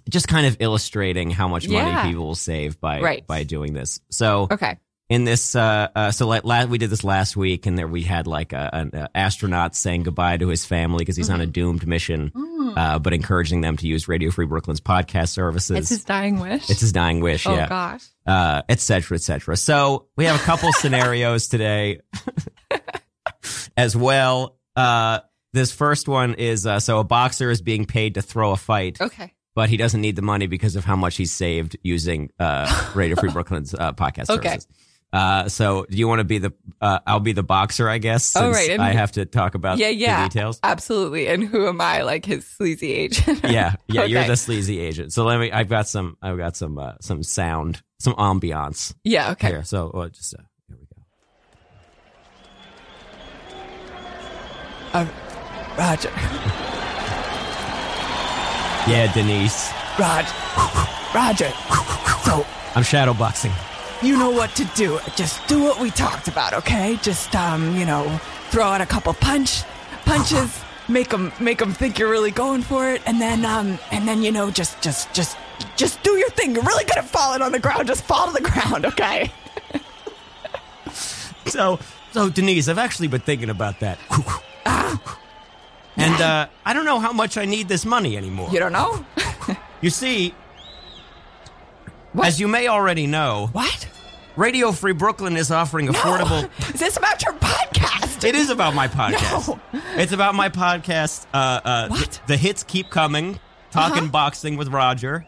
Speaker 3: just kind of illustrating how much
Speaker 4: Yeah.
Speaker 3: money people will save by
Speaker 4: Right.
Speaker 3: by doing this. So
Speaker 4: Okay.
Speaker 3: in this uh, uh so like last we did this last week and there we had like a, an uh, astronaut saying goodbye to his family because he's on
Speaker 4: Mm-hmm.
Speaker 3: a doomed mission uh, but encouraging them to use radio free brooklyn's podcast services
Speaker 4: It's his dying wish.
Speaker 3: It's his dying wish
Speaker 4: oh
Speaker 3: yeah
Speaker 4: gosh.
Speaker 3: uh, et cetera, et cetera. So we have a couple scenarios today as well. Uh, this first one is uh, so a boxer is being paid to throw a fight,
Speaker 4: Okay.
Speaker 3: but he doesn't need the money because of how much he's saved using uh, Radio Free Brooklyn's uh, podcast
Speaker 4: Okay.
Speaker 3: services. Uh, so do you want to be the? Uh, I'll be the boxer, I guess.
Speaker 4: All
Speaker 3: Since
Speaker 4: right, and-
Speaker 3: I have to talk about
Speaker 4: Yeah,
Speaker 3: the
Speaker 4: yeah.
Speaker 3: details.
Speaker 4: Absolutely. And who am I? Like his sleazy agent.
Speaker 3: Yeah, yeah, you're
Speaker 4: Okay.
Speaker 3: the sleazy agent. So let me. I've got some. I've got some. Uh, some sound. Some ambiance
Speaker 4: yeah. Okay.
Speaker 3: here. So uh, just uh, here we go.
Speaker 4: Uh, Roger.
Speaker 3: Yeah, Denise.
Speaker 4: Roger. Roger. So
Speaker 3: I'm shadowboxing.
Speaker 4: you know what to do. Just do what we talked about, okay? Just um, you know, throw out a couple punch punches, make them make them think you're really going for it, and then um, and then you know, just just just just do your thing. You're really good at falling on the ground. Just fall to the ground, okay?
Speaker 3: So, so Denise, I've actually been thinking about that. ah, And uh, I don't know how much I need this money anymore.
Speaker 4: You don't know
Speaker 3: You see, as you may already know,
Speaker 4: what?
Speaker 3: Radio Free Brooklyn is offering affordable.
Speaker 4: Is this about your podcast?
Speaker 3: It is about my podcast. It's about my podcast. Uh, uh,
Speaker 4: What? Uh-huh.
Speaker 3: th- the hits keep coming. Talking boxing with Roger.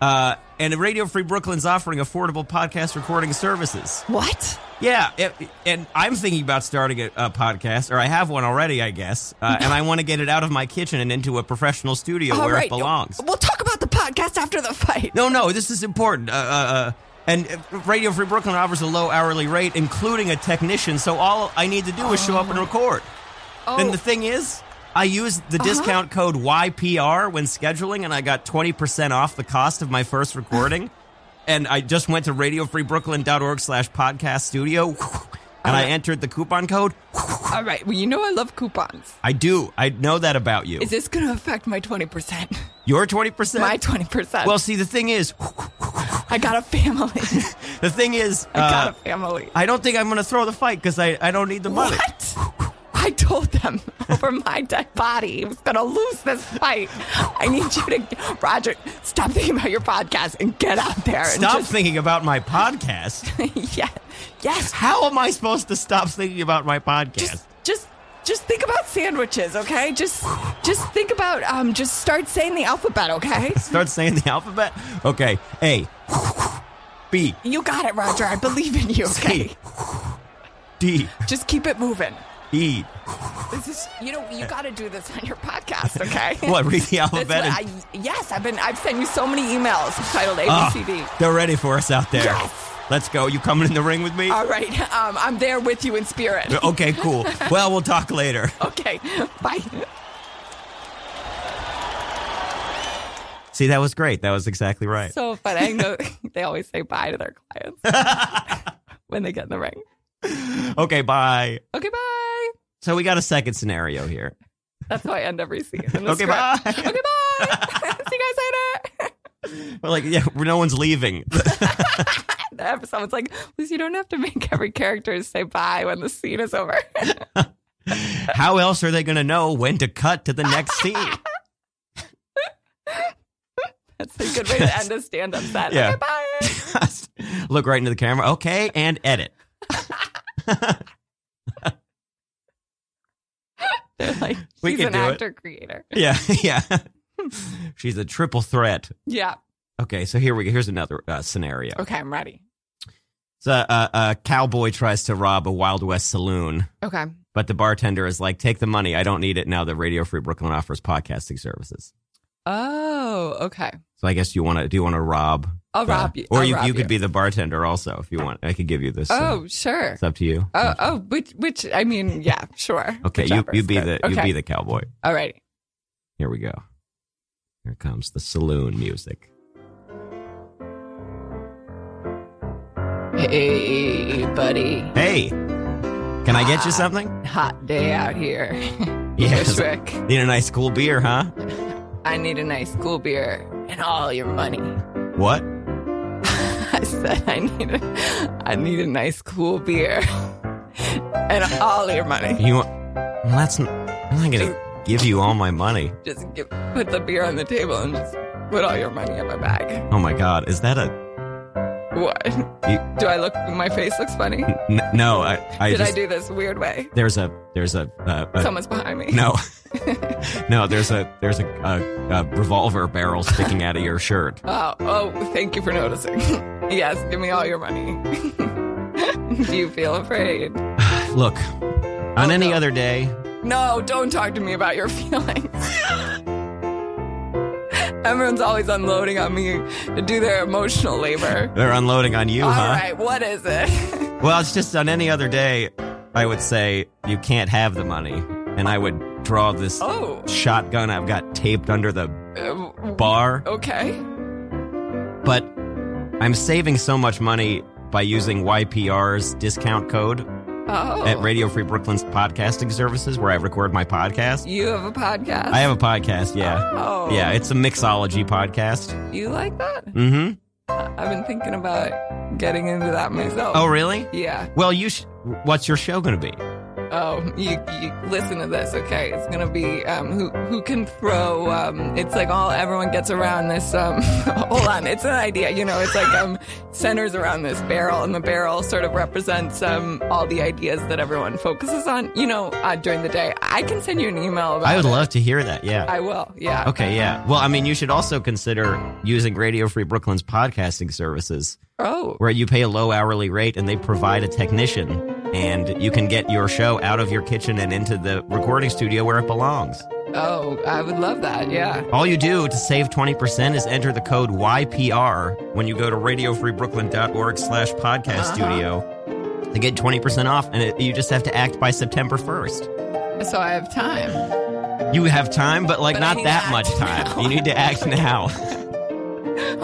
Speaker 3: Uh, and Radio Free Brooklyn's offering affordable podcast recording services.
Speaker 4: What?
Speaker 3: Yeah, it, and I'm thinking about starting a, a podcast, or I have one already, I guess, uh, and I want to get it out of my kitchen and into a professional studio
Speaker 4: All
Speaker 3: where
Speaker 4: right,
Speaker 3: it belongs.
Speaker 4: We'll talk about the podcast after the fight.
Speaker 3: No, no, this is important. Uh, uh, uh, and uh, Radio Free Brooklyn offers a low hourly rate, including a technician, so all I need to do is show up and record. And
Speaker 4: Oh.
Speaker 3: the thing is, I used
Speaker 4: Uh-huh.
Speaker 3: the discount code YPR when scheduling, and I got 20% off the cost of my first recording. and I just went to radiofreebrooklyn.org slash podcast studio, and I entered the coupon code.
Speaker 4: All right. Well, you know I love coupons.
Speaker 3: I do. I know that about you.
Speaker 4: Is this going to affect my 20%?
Speaker 3: Your 20%?
Speaker 4: My 20%.
Speaker 3: well, see, the thing is,
Speaker 4: I got a family.
Speaker 3: the thing is,
Speaker 4: I got
Speaker 3: uh,
Speaker 4: a family.
Speaker 3: I don't think I'm going to throw the fight because I, I don't need the money.
Speaker 4: What? I told them over my dead body he was going to lose this fight. I need you to, Roger, stop thinking about your podcast and get out there. And
Speaker 3: Stop thinking about my podcast.
Speaker 4: Just, yeah, yes.
Speaker 3: How am I supposed to stop thinking about my podcast?
Speaker 4: Just, just, just think about sandwiches, okay? Just, just think about, um, just start saying the alphabet, okay?
Speaker 3: Start saying the alphabet. Okay. A. B.
Speaker 4: You got it, Roger. I believe in you, okay?
Speaker 3: C. D.
Speaker 4: Just keep it moving.
Speaker 3: E.
Speaker 4: This is, you know, you got to do this on your podcast, okay?
Speaker 3: What? Read the
Speaker 4: That's
Speaker 3: alphabet.
Speaker 4: what
Speaker 3: and-
Speaker 4: I, yes, I've been. I've sent you so many emails titled
Speaker 3: Ah,
Speaker 4: ABCD.
Speaker 3: they're ready for us out there.
Speaker 4: Yes.
Speaker 3: Let's go. You coming in the ring with me?
Speaker 4: All right, um, I'm there with you in spirit.
Speaker 3: Okay, cool. Well, we'll talk later.
Speaker 4: Okay, bye.
Speaker 3: See, that was great. That was exactly right.
Speaker 4: So funny. I know they always say bye to their clients when they get in the ring.
Speaker 3: Okay, bye.
Speaker 4: Okay, bye.
Speaker 3: So we got a second scenario here.
Speaker 4: That's how I end every scene. In the
Speaker 3: Okay,
Speaker 4: script.
Speaker 3: bye.
Speaker 4: Okay, bye. See you guys later.
Speaker 3: We're like, yeah, no one's leaving.
Speaker 4: The episode's like, please, you don't have to make every character say bye when the scene is over.
Speaker 3: How else are they going to know when to cut to the next scene?
Speaker 4: That's a good way to end a stand-up set.
Speaker 3: Yeah.
Speaker 4: Okay, bye.
Speaker 3: Just look right into the camera. Okay, and edit.
Speaker 4: They're like,
Speaker 3: We
Speaker 4: he's
Speaker 3: can
Speaker 4: an
Speaker 3: do it.
Speaker 4: actor creator.
Speaker 3: Yeah, yeah. She's a triple threat.
Speaker 4: Yeah.
Speaker 3: Okay, so here we go. Here's another uh, scenario.
Speaker 4: Okay, I'm ready.
Speaker 3: So, uh, a cowboy tries to rob a Wild West saloon,
Speaker 4: Okay.
Speaker 3: but the bartender is like, "Take the money. I don't need it now." The Radio Free Brooklyn offers podcasting services.
Speaker 4: Oh, okay.
Speaker 3: So I guess you want to do you want to rob?
Speaker 4: I'll
Speaker 3: the-
Speaker 4: rob you.
Speaker 3: or
Speaker 4: I'll
Speaker 3: you
Speaker 4: rob
Speaker 3: you could be the bartender also if you want. I could give you this. uh,
Speaker 4: Oh, sure.
Speaker 3: it's up to you.
Speaker 4: Oh, oh, which, which, I mean, yeah, sure.
Speaker 3: okay, you
Speaker 4: Whichever
Speaker 3: you
Speaker 4: is
Speaker 3: be
Speaker 4: good.
Speaker 3: the you
Speaker 4: Okay.
Speaker 3: be the cowboy.
Speaker 4: All right.
Speaker 3: Here we go. Here comes the saloon music.
Speaker 4: Hey, buddy.
Speaker 3: Hey, can I get you something?
Speaker 4: Hot day out here.
Speaker 3: Yes.
Speaker 4: Bushwick.
Speaker 3: Need a nice cool beer, huh?
Speaker 4: I need a nice cool beer and all your money.
Speaker 3: What?
Speaker 4: I said I need a, I need a nice cool beer and all your money.
Speaker 3: You want? Well, that's. n- I'm not gonna give you all my money.
Speaker 4: Just give, put the beer on the table and just put all your money in my bag.
Speaker 3: Oh my God, is that a?
Speaker 4: What?
Speaker 3: You-
Speaker 4: Do I look? My face looks funny.
Speaker 3: N- no, I. I
Speaker 4: Did
Speaker 3: just,
Speaker 4: I do this weird way?
Speaker 3: There's a. There's a. Uh, a
Speaker 4: Someone's behind me.
Speaker 3: no. no, there's a. There's a, a, a revolver barrel sticking out of your shirt.
Speaker 4: Oh, oh, thank you for noticing. yes, give me all your money. Do you feel afraid?
Speaker 3: Look, on
Speaker 4: Oh,
Speaker 3: any
Speaker 4: no.
Speaker 3: other day,
Speaker 4: No, don't talk to me about your feelings. Everyone's always unloading on me to do their emotional labor.
Speaker 3: they're unloading on you,
Speaker 4: All
Speaker 3: huh?
Speaker 4: right, what is it?
Speaker 3: Well, it's just on any other day, I would say you can't have the money, and I would draw this
Speaker 4: oh,
Speaker 3: shotgun I've got taped under the
Speaker 4: uh,
Speaker 3: bar.
Speaker 4: okay.
Speaker 3: But I'm saving so much money by using YPR's discount code
Speaker 4: Oh,
Speaker 3: at Radio Free Brooklyn's podcasting services, where I record my podcast.
Speaker 4: you have a podcast.
Speaker 3: I have a podcast, yeah,
Speaker 4: Oh,
Speaker 3: yeah. It's a mixology podcast.
Speaker 4: You like that?
Speaker 3: Mm-hmm.
Speaker 4: I've been thinking about getting into that myself.
Speaker 3: Oh, really?
Speaker 4: yeah.
Speaker 3: Well, you. Sh- what's your show going to be?
Speaker 4: Oh, you, you listen to this, okay? It's gonna be um, who who can throw. Um, it's like all everyone gets around this. Um, hold on, it's an idea. You know, it's like um, centers around this barrel, and the barrel sort of represents um, all the ideas that everyone focuses on. You know, uh, during the day. I can send you an email. About
Speaker 3: I would
Speaker 4: it.
Speaker 3: love to hear that. Yeah.
Speaker 4: I will. Yeah.
Speaker 3: Okay, yeah. Well, I mean, you should also consider using Radio Free Brooklyn's podcasting services,
Speaker 4: Oh.
Speaker 3: where you pay a low hourly rate and they provide a technician, and you can get your show out of your kitchen and into the recording studio where it belongs.
Speaker 4: Oh, I would love that. Yeah.
Speaker 3: All you do to save 20% is enter the code YPR when you go to radiofreebrooklyn.org slash
Speaker 4: Uh-huh.
Speaker 3: podcast studio to get 20% off, and it, you just have to act by September 1st.
Speaker 4: So I have time.
Speaker 3: You have time, but like
Speaker 4: But I
Speaker 3: not
Speaker 4: need to
Speaker 3: that
Speaker 4: act
Speaker 3: much time.
Speaker 4: now.
Speaker 3: You need to act now.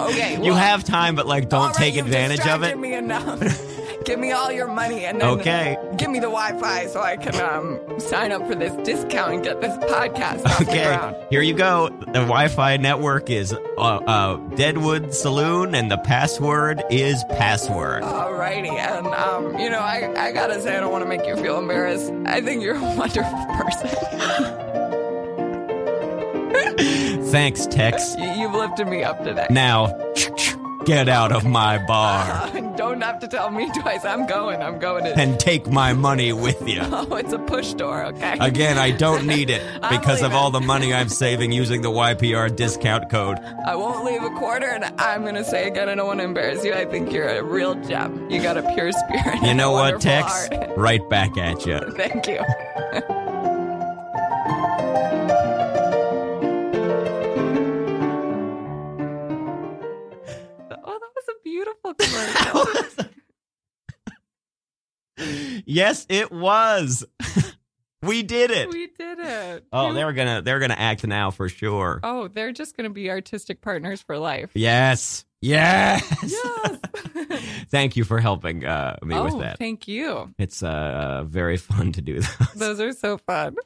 Speaker 4: Okay.
Speaker 3: You
Speaker 4: well-
Speaker 3: have time, but like
Speaker 4: All
Speaker 3: don't
Speaker 4: right,
Speaker 3: take
Speaker 4: you've
Speaker 3: advantage of
Speaker 4: distracted
Speaker 3: it.
Speaker 4: Me enough. Give me all your money and then
Speaker 3: Okay.
Speaker 4: give me the Wi-Fi so I can um, sign up for this discount and get this podcast off the ground.
Speaker 3: Okay, here you go. The Wi-Fi network is uh, uh, Deadwood Saloon, and the password is password.
Speaker 4: Alrighty, and um, you know, I, I gotta say, I don't want to make you feel embarrassed. I think you're a wonderful person.
Speaker 3: Thanks, Tex.
Speaker 4: you, you've lifted me up today.
Speaker 3: Now, get out of my bar
Speaker 4: Uh, don't have to tell me twice. I'm going. I'm going to.
Speaker 3: and take my money with you.
Speaker 4: oh, it's a push door. Okay.
Speaker 3: Again, I don't need it
Speaker 4: I'm
Speaker 3: because of
Speaker 4: leaving.
Speaker 3: all the money I'm saving using the YPR discount code.
Speaker 4: I won't leave a quarter, and I'm gonna say again, I don't want to embarrass you. I think you're a real gem. You got a pure spirit.
Speaker 3: You
Speaker 4: and a
Speaker 3: know what,
Speaker 4: wonderful
Speaker 3: Tex?
Speaker 4: heart.
Speaker 3: Right back at you.
Speaker 4: Thank you. Oh, that was a beautiful commercial.
Speaker 3: Yes, it was. we did it.
Speaker 4: we did it.
Speaker 3: Oh,
Speaker 4: You-
Speaker 3: they're gonna they're gonna act now for sure.
Speaker 4: Oh, they're just going to be artistic partners for life.
Speaker 3: Yes. Yes.
Speaker 4: Yes.
Speaker 3: Thank you for helping uh, me
Speaker 4: oh,
Speaker 3: with that.
Speaker 4: thank you.
Speaker 3: it's uh, very fun to do those.
Speaker 4: Those are so fun.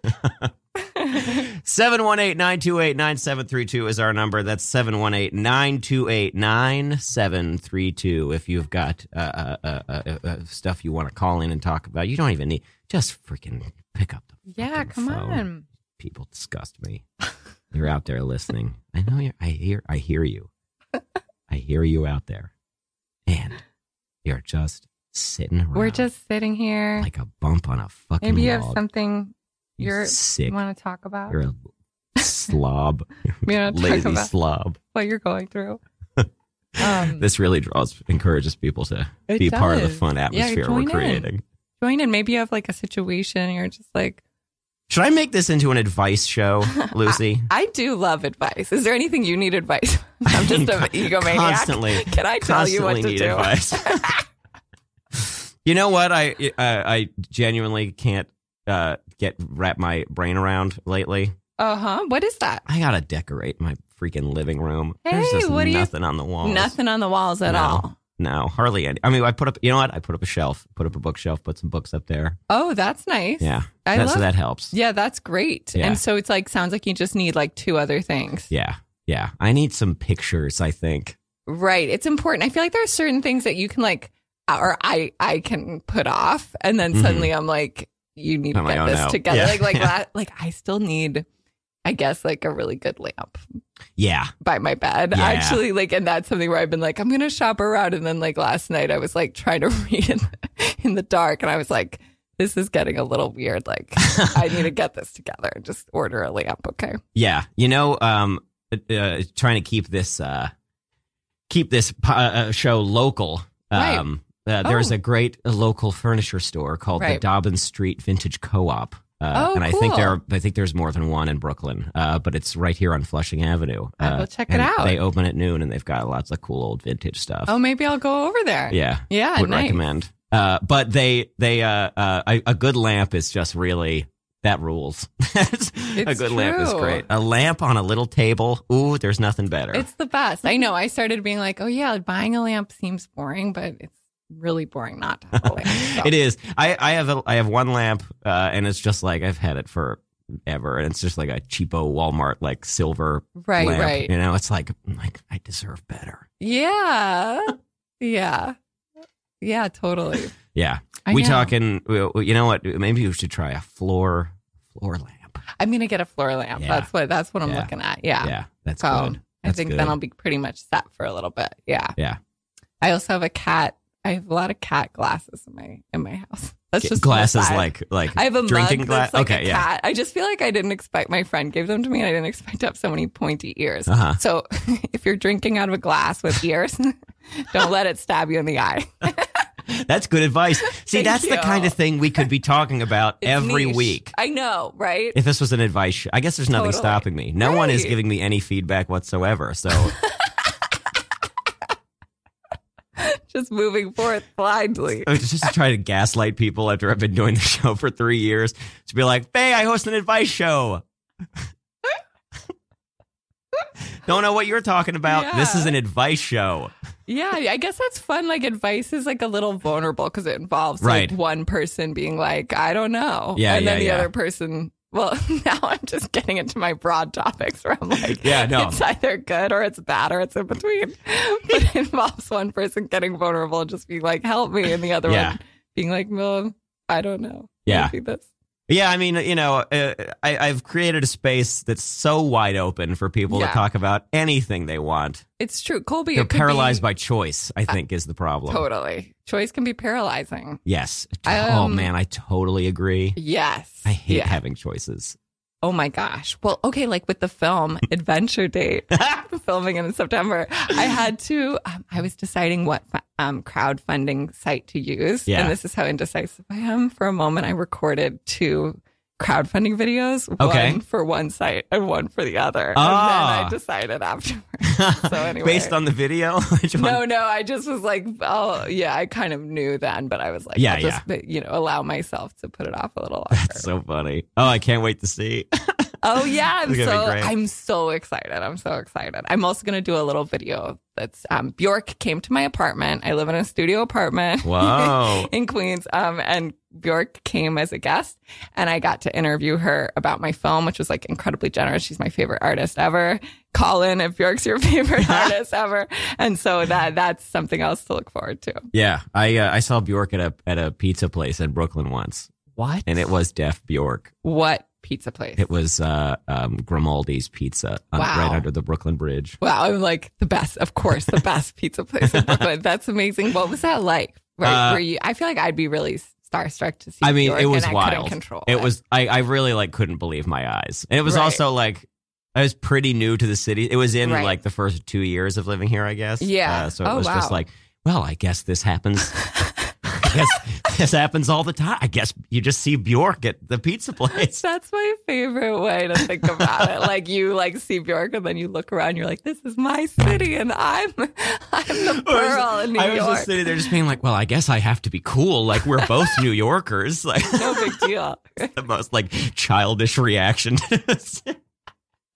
Speaker 3: 718-928-9732 is our number. That's 718-928-9732 if you've got uh, uh, uh, uh, uh, stuff you want to call in and talk about. You don't even need just freaking pick up the
Speaker 4: yeah,
Speaker 3: fucking
Speaker 4: come
Speaker 3: phone.
Speaker 4: on.
Speaker 3: people disgust me. You're out there listening. I know you I hear I hear you. I hear you out there. And you're just sitting around
Speaker 4: We're just sitting here.
Speaker 3: like a bump on a fucking
Speaker 4: Maybe you have
Speaker 3: log.
Speaker 4: something
Speaker 3: You
Speaker 4: you're-
Speaker 3: sick.
Speaker 4: you want to talk about
Speaker 3: You're a slob.
Speaker 4: We don't talk
Speaker 3: lazy
Speaker 4: about-
Speaker 3: slob.
Speaker 4: what you're going through. Um,
Speaker 3: This really draws encourages people to
Speaker 4: It
Speaker 3: be part of the
Speaker 4: does.
Speaker 3: fun atmosphere we're
Speaker 4: join in.
Speaker 3: creating.
Speaker 4: join in. Maybe you have like a situation. You're just like,
Speaker 3: Should I make this into an advice show, Lucy?
Speaker 4: I do love advice. Is there anything you need advice? I'm just an egomaniac.
Speaker 3: Constantly.
Speaker 4: Can I tell you what to
Speaker 3: constantly
Speaker 4: do?
Speaker 3: need advice. you know what? I I, I genuinely can't uh, get wrap my brain around lately.
Speaker 4: Uh huh. What is that?
Speaker 3: I gotta decorate my freaking living room. There's
Speaker 4: Hey,
Speaker 3: just
Speaker 4: what do you-
Speaker 3: nothing on the walls.
Speaker 4: Nothing on the walls at
Speaker 3: No.
Speaker 4: all.
Speaker 3: No, hardly any. I mean, I put up. You know what? I put up a shelf. Put up a bookshelf. Put some books up there.
Speaker 4: Oh, that's nice.
Speaker 3: Yeah,
Speaker 4: I
Speaker 3: that,
Speaker 4: love.
Speaker 3: so that helps.
Speaker 4: Yeah, that's great.
Speaker 3: Yeah.
Speaker 4: And so it's like sounds like you just need like two other things.
Speaker 3: yeah, yeah. I need some pictures. I think
Speaker 4: Right. It's important. I feel like there are certain things that you can like, uh, or I I can put off, and then suddenly I'm like, you need to
Speaker 3: Mm-hmm. I'm like,
Speaker 4: get
Speaker 3: oh,
Speaker 4: this
Speaker 3: no.
Speaker 4: together.
Speaker 3: Yeah.
Speaker 4: Like like
Speaker 3: Yeah.
Speaker 4: la- like I still need, I guess like a really good lamp
Speaker 3: Yeah.
Speaker 4: by my bed.
Speaker 3: Yeah.
Speaker 4: Actually, like, and that's something where I've been like, I'm gonna shop around, and then like last night I was like trying to read in, in the dark, and I was like. This is getting a little weird. Like, I need to get this together. and Just order a lamp, okay?
Speaker 3: Yeah, you know, um, uh, trying to keep this uh, keep this po- uh, show local.
Speaker 4: Right.
Speaker 3: Um, uh, There's
Speaker 4: Oh.
Speaker 3: a great local furniture store called the
Speaker 4: Right.
Speaker 3: Dobbin Street Vintage Co-op. Uh,
Speaker 4: Oh,
Speaker 3: and I think there,
Speaker 4: cool.
Speaker 3: are, I think there's more than one in Brooklyn, uh, but it's right here on Flushing Avenue.
Speaker 4: I
Speaker 3: Uh,
Speaker 4: will check it
Speaker 3: and
Speaker 4: out.
Speaker 3: They open at noon, and they've got lots of cool old vintage stuff.
Speaker 4: Oh, maybe I'll go over there.
Speaker 3: yeah,
Speaker 4: yeah,
Speaker 3: would
Speaker 4: nice.
Speaker 3: recommend. Uh, but they, they, uh, uh, a, a good lamp is just really that rules. a good lamp is
Speaker 4: true.
Speaker 3: great. A lamp on a little table. Ooh, there's nothing better.
Speaker 4: It's the best. I know. I started being like, oh yeah, buying a lamp seems boring, but it's really boring not to have a lamp. So-
Speaker 3: it is. I, I have a, I have one lamp, uh, and it's just like I've had it for ever, and it's just like a cheapo Walmart like silver
Speaker 4: Right,
Speaker 3: lamp.
Speaker 4: right.
Speaker 3: You know, it's like like I deserve better.
Speaker 4: Yeah. Yeah. Yeah, totally.
Speaker 3: Yeah,
Speaker 4: I
Speaker 3: we
Speaker 4: know.
Speaker 3: talking. You know what? Maybe we should try a floor floor lamp.
Speaker 4: I'm gonna get a floor lamp.
Speaker 3: Yeah.
Speaker 4: That's what that's what I'm
Speaker 3: Yeah.
Speaker 4: looking at. Yeah.
Speaker 3: yeah that's
Speaker 4: So,
Speaker 3: good.
Speaker 4: I
Speaker 3: That's
Speaker 4: think
Speaker 3: good.
Speaker 4: then I'll be pretty much set for a little bit. Yeah.
Speaker 3: Yeah.
Speaker 4: I also have a cat. I have a lot of cat glasses in my in my house. That's
Speaker 3: Get
Speaker 4: just an
Speaker 3: glasses
Speaker 4: aside.
Speaker 3: like like
Speaker 4: I have a
Speaker 3: drinking
Speaker 4: mug
Speaker 3: glass.
Speaker 4: that's like
Speaker 3: okay,
Speaker 4: a
Speaker 3: yeah.
Speaker 4: cat. I just feel like I didn't expect my friend gave them to me. and I didn't expect to have so many pointy ears.
Speaker 3: Uh-huh.
Speaker 4: So if you're drinking out of a glass with ears, don't let it stab you in the eye.
Speaker 3: That's good advice. See,
Speaker 4: Thank
Speaker 3: that's the
Speaker 4: you.
Speaker 3: kind of thing we could be talking about
Speaker 4: It's
Speaker 3: every
Speaker 4: niche.
Speaker 3: week.
Speaker 4: I know, right?
Speaker 3: If this was an advice, show- I guess there's nothing
Speaker 4: Totally.
Speaker 3: stopping me. No one is
Speaker 4: Right.
Speaker 3: giving me any feedback whatsoever. So
Speaker 4: Just moving forth blindly.
Speaker 3: I was just to try to gaslight people after I've been doing the show for three years to be like, "Hey, I host an advice show." Don't know what you're talking about. This
Speaker 4: Yeah.
Speaker 3: is an advice show.
Speaker 4: Yeah, I guess that's fun. Like advice is like a little vulnerable because it involves
Speaker 3: Right.
Speaker 4: like one person being like, I don't know.
Speaker 3: Yeah,
Speaker 4: and then
Speaker 3: yeah,
Speaker 4: the
Speaker 3: yeah.
Speaker 4: other person well, now I'm just getting into my broad topics where I'm like,
Speaker 3: Yeah, no.
Speaker 4: it's either good or it's bad or it's in between. But it involves one person getting vulnerable and just being like, help me. And the other
Speaker 3: Yeah.
Speaker 4: one being like, well, I don't know.
Speaker 3: Yeah.
Speaker 4: Maybe this.
Speaker 3: Yeah, I mean, you know, uh, I, I've created a space that's so wide open for people to
Speaker 4: Yeah.
Speaker 3: talk about anything they want.
Speaker 4: It's true. Colby,
Speaker 3: They're
Speaker 4: it could
Speaker 3: paralyzed
Speaker 4: be, Uh,
Speaker 3: by choice, I think, is the problem.
Speaker 4: Totally. Choice can be paralyzing.
Speaker 3: Yes. oh,
Speaker 4: Um,
Speaker 3: man, I totally agree.
Speaker 4: Yes.
Speaker 3: I hate
Speaker 4: Yeah.
Speaker 3: having choices.
Speaker 4: Oh my gosh. Well, okay, like with the film Adventure Date, filming in September, I had to, um, I was deciding what fu- um, crowdfunding site to use.
Speaker 3: Yeah.
Speaker 4: And this is how indecisive I am. For a moment, I recorded two crowdfunding videos,
Speaker 3: Okay.
Speaker 4: one for one site and one for the other. And then
Speaker 3: Ah.
Speaker 4: I decided afterwards. so anyway.
Speaker 3: Based on the video? Which one?
Speaker 4: No, no, I just was like, oh, yeah, I kind of knew then, but I was like,
Speaker 3: Yeah,
Speaker 4: I'll just, you know, allow myself to put it off a little longer.
Speaker 3: That's so funny. Oh, I can't wait to see.
Speaker 4: Oh yeah, I'm
Speaker 3: It's gonna be
Speaker 4: so
Speaker 3: great.
Speaker 4: I'm so excited. I'm so excited. I'm also gonna do a little video that's um Bjork came to my apartment. I live in a studio apartment
Speaker 3: Whoa.
Speaker 4: in Queens. Um and Bjork came as a guest and I got to interview her about my film, which was like incredibly generous. She's my favorite artist ever. Colin, if Bjork's your favorite artist ever. And so that that's something else to look forward to.
Speaker 3: yeah, I uh, I saw Bjork at a at a pizza place in Brooklyn once,
Speaker 4: What?
Speaker 3: and it was Deaf Bjork.
Speaker 4: what pizza place?
Speaker 3: It was uh, um, Grimaldi's Pizza on,
Speaker 4: Wow.
Speaker 3: right under the Brooklyn Bridge.
Speaker 4: Wow, I'm like the best, of course, the best pizza place in Brooklyn. That's amazing. What was that like? Right,
Speaker 3: Uh,
Speaker 4: were you? I feel like I'd be really starstruck to see.
Speaker 3: I mean,
Speaker 4: Bjork,
Speaker 3: it was
Speaker 4: and I
Speaker 3: wild.
Speaker 4: couldn't control
Speaker 3: It was I, I really like couldn't believe my eyes. And it was
Speaker 4: Right.
Speaker 3: also like I was pretty new to the city. It was in
Speaker 4: Right.
Speaker 3: like the first two years of living here, I guess.
Speaker 4: Yeah.
Speaker 3: Uh, so it
Speaker 4: Oh,
Speaker 3: was just
Speaker 4: wow.
Speaker 3: like, well, I guess this happens. I guess this happens all the time. I guess you just see Bjork at the pizza place.
Speaker 4: That's my favorite way to think about it. Like you, like see Bjork, and then you look around. You're like, "This is my city, and I'm, I'm the
Speaker 3: I was-
Speaker 4: pearl in New
Speaker 3: I was
Speaker 4: York.
Speaker 3: just sitting there, just being like, "Well, I guess I have to be cool. Like we're both New Yorkers. Like
Speaker 4: no big deal."
Speaker 3: the most like childish reaction." to this.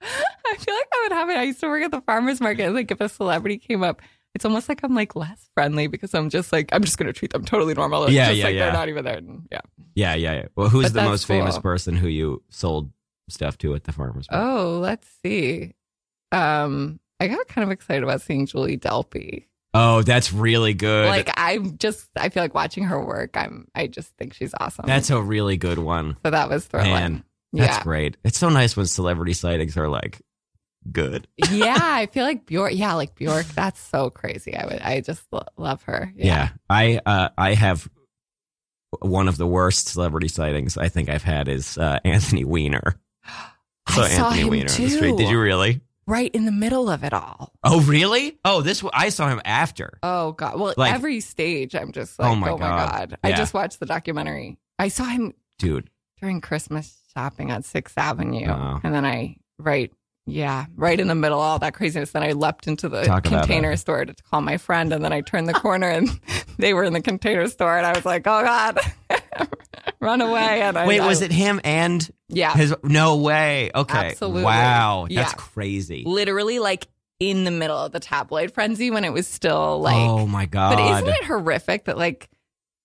Speaker 4: I feel like that would happen. I used to work at the farmers market. Like if a celebrity came up, it's almost like I'm like less friendly because I'm just like I'm just gonna treat them totally normal. It's
Speaker 3: Yeah,
Speaker 4: just
Speaker 3: yeah,
Speaker 4: like
Speaker 3: yeah.
Speaker 4: They're not even there. And, yeah.
Speaker 3: Yeah, yeah, yeah. Well, who's
Speaker 4: But
Speaker 3: the
Speaker 4: that's
Speaker 3: most famous
Speaker 4: cool.
Speaker 3: person who you sold stuff to at the farmers market?
Speaker 4: Oh, let's see. Um, I got kind of excited about seeing Julie Delpy.
Speaker 3: Oh, that's really good.
Speaker 4: Like I'm just, I feel like watching her work. I'm, I just think she's awesome.
Speaker 3: that's a really good one.
Speaker 4: so that was thrilling.
Speaker 3: Man, That's
Speaker 4: um, yeah,
Speaker 3: great. It's so nice when celebrity sightings are like good.
Speaker 4: yeah. I feel like Bjork. Yeah, like Bjork. That's so crazy. I would, I just lo- love her.
Speaker 3: Yeah. I uh I have one of the worst celebrity sightings I think I've had is uh Anthony Weiner.
Speaker 4: I
Speaker 3: So
Speaker 4: saw
Speaker 3: Anthony
Speaker 4: him
Speaker 3: Weiner on the street.
Speaker 4: too.
Speaker 3: Did you really?
Speaker 4: right in the middle of it all.
Speaker 3: Oh, really? Oh, this w- I saw him after.
Speaker 4: Oh God! Well,
Speaker 3: Like-
Speaker 4: every stage, I'm just like, oh my god! I
Speaker 3: Yeah.
Speaker 4: just watched the documentary. I saw him
Speaker 3: Dude,
Speaker 4: during Christmas shopping on Sixth Avenue,
Speaker 3: Oh.
Speaker 4: and then I right, yeah, right in the middle of all that craziness. Then I leapt into the
Speaker 3: Talk about
Speaker 4: container
Speaker 3: it.
Speaker 4: store to call my friend, and then I turned the corner and they were in the container store, and I was like, oh God, run away! And I,
Speaker 3: Wait,
Speaker 4: I-
Speaker 3: was it him and
Speaker 4: Yeah,
Speaker 3: his? No way. Okay.
Speaker 4: Absolutely.
Speaker 3: Wow, that's
Speaker 4: Yeah.
Speaker 3: crazy.
Speaker 4: literally like in the middle of the tabloid frenzy when it was still like.
Speaker 3: oh my god.
Speaker 4: But isn't it horrific that like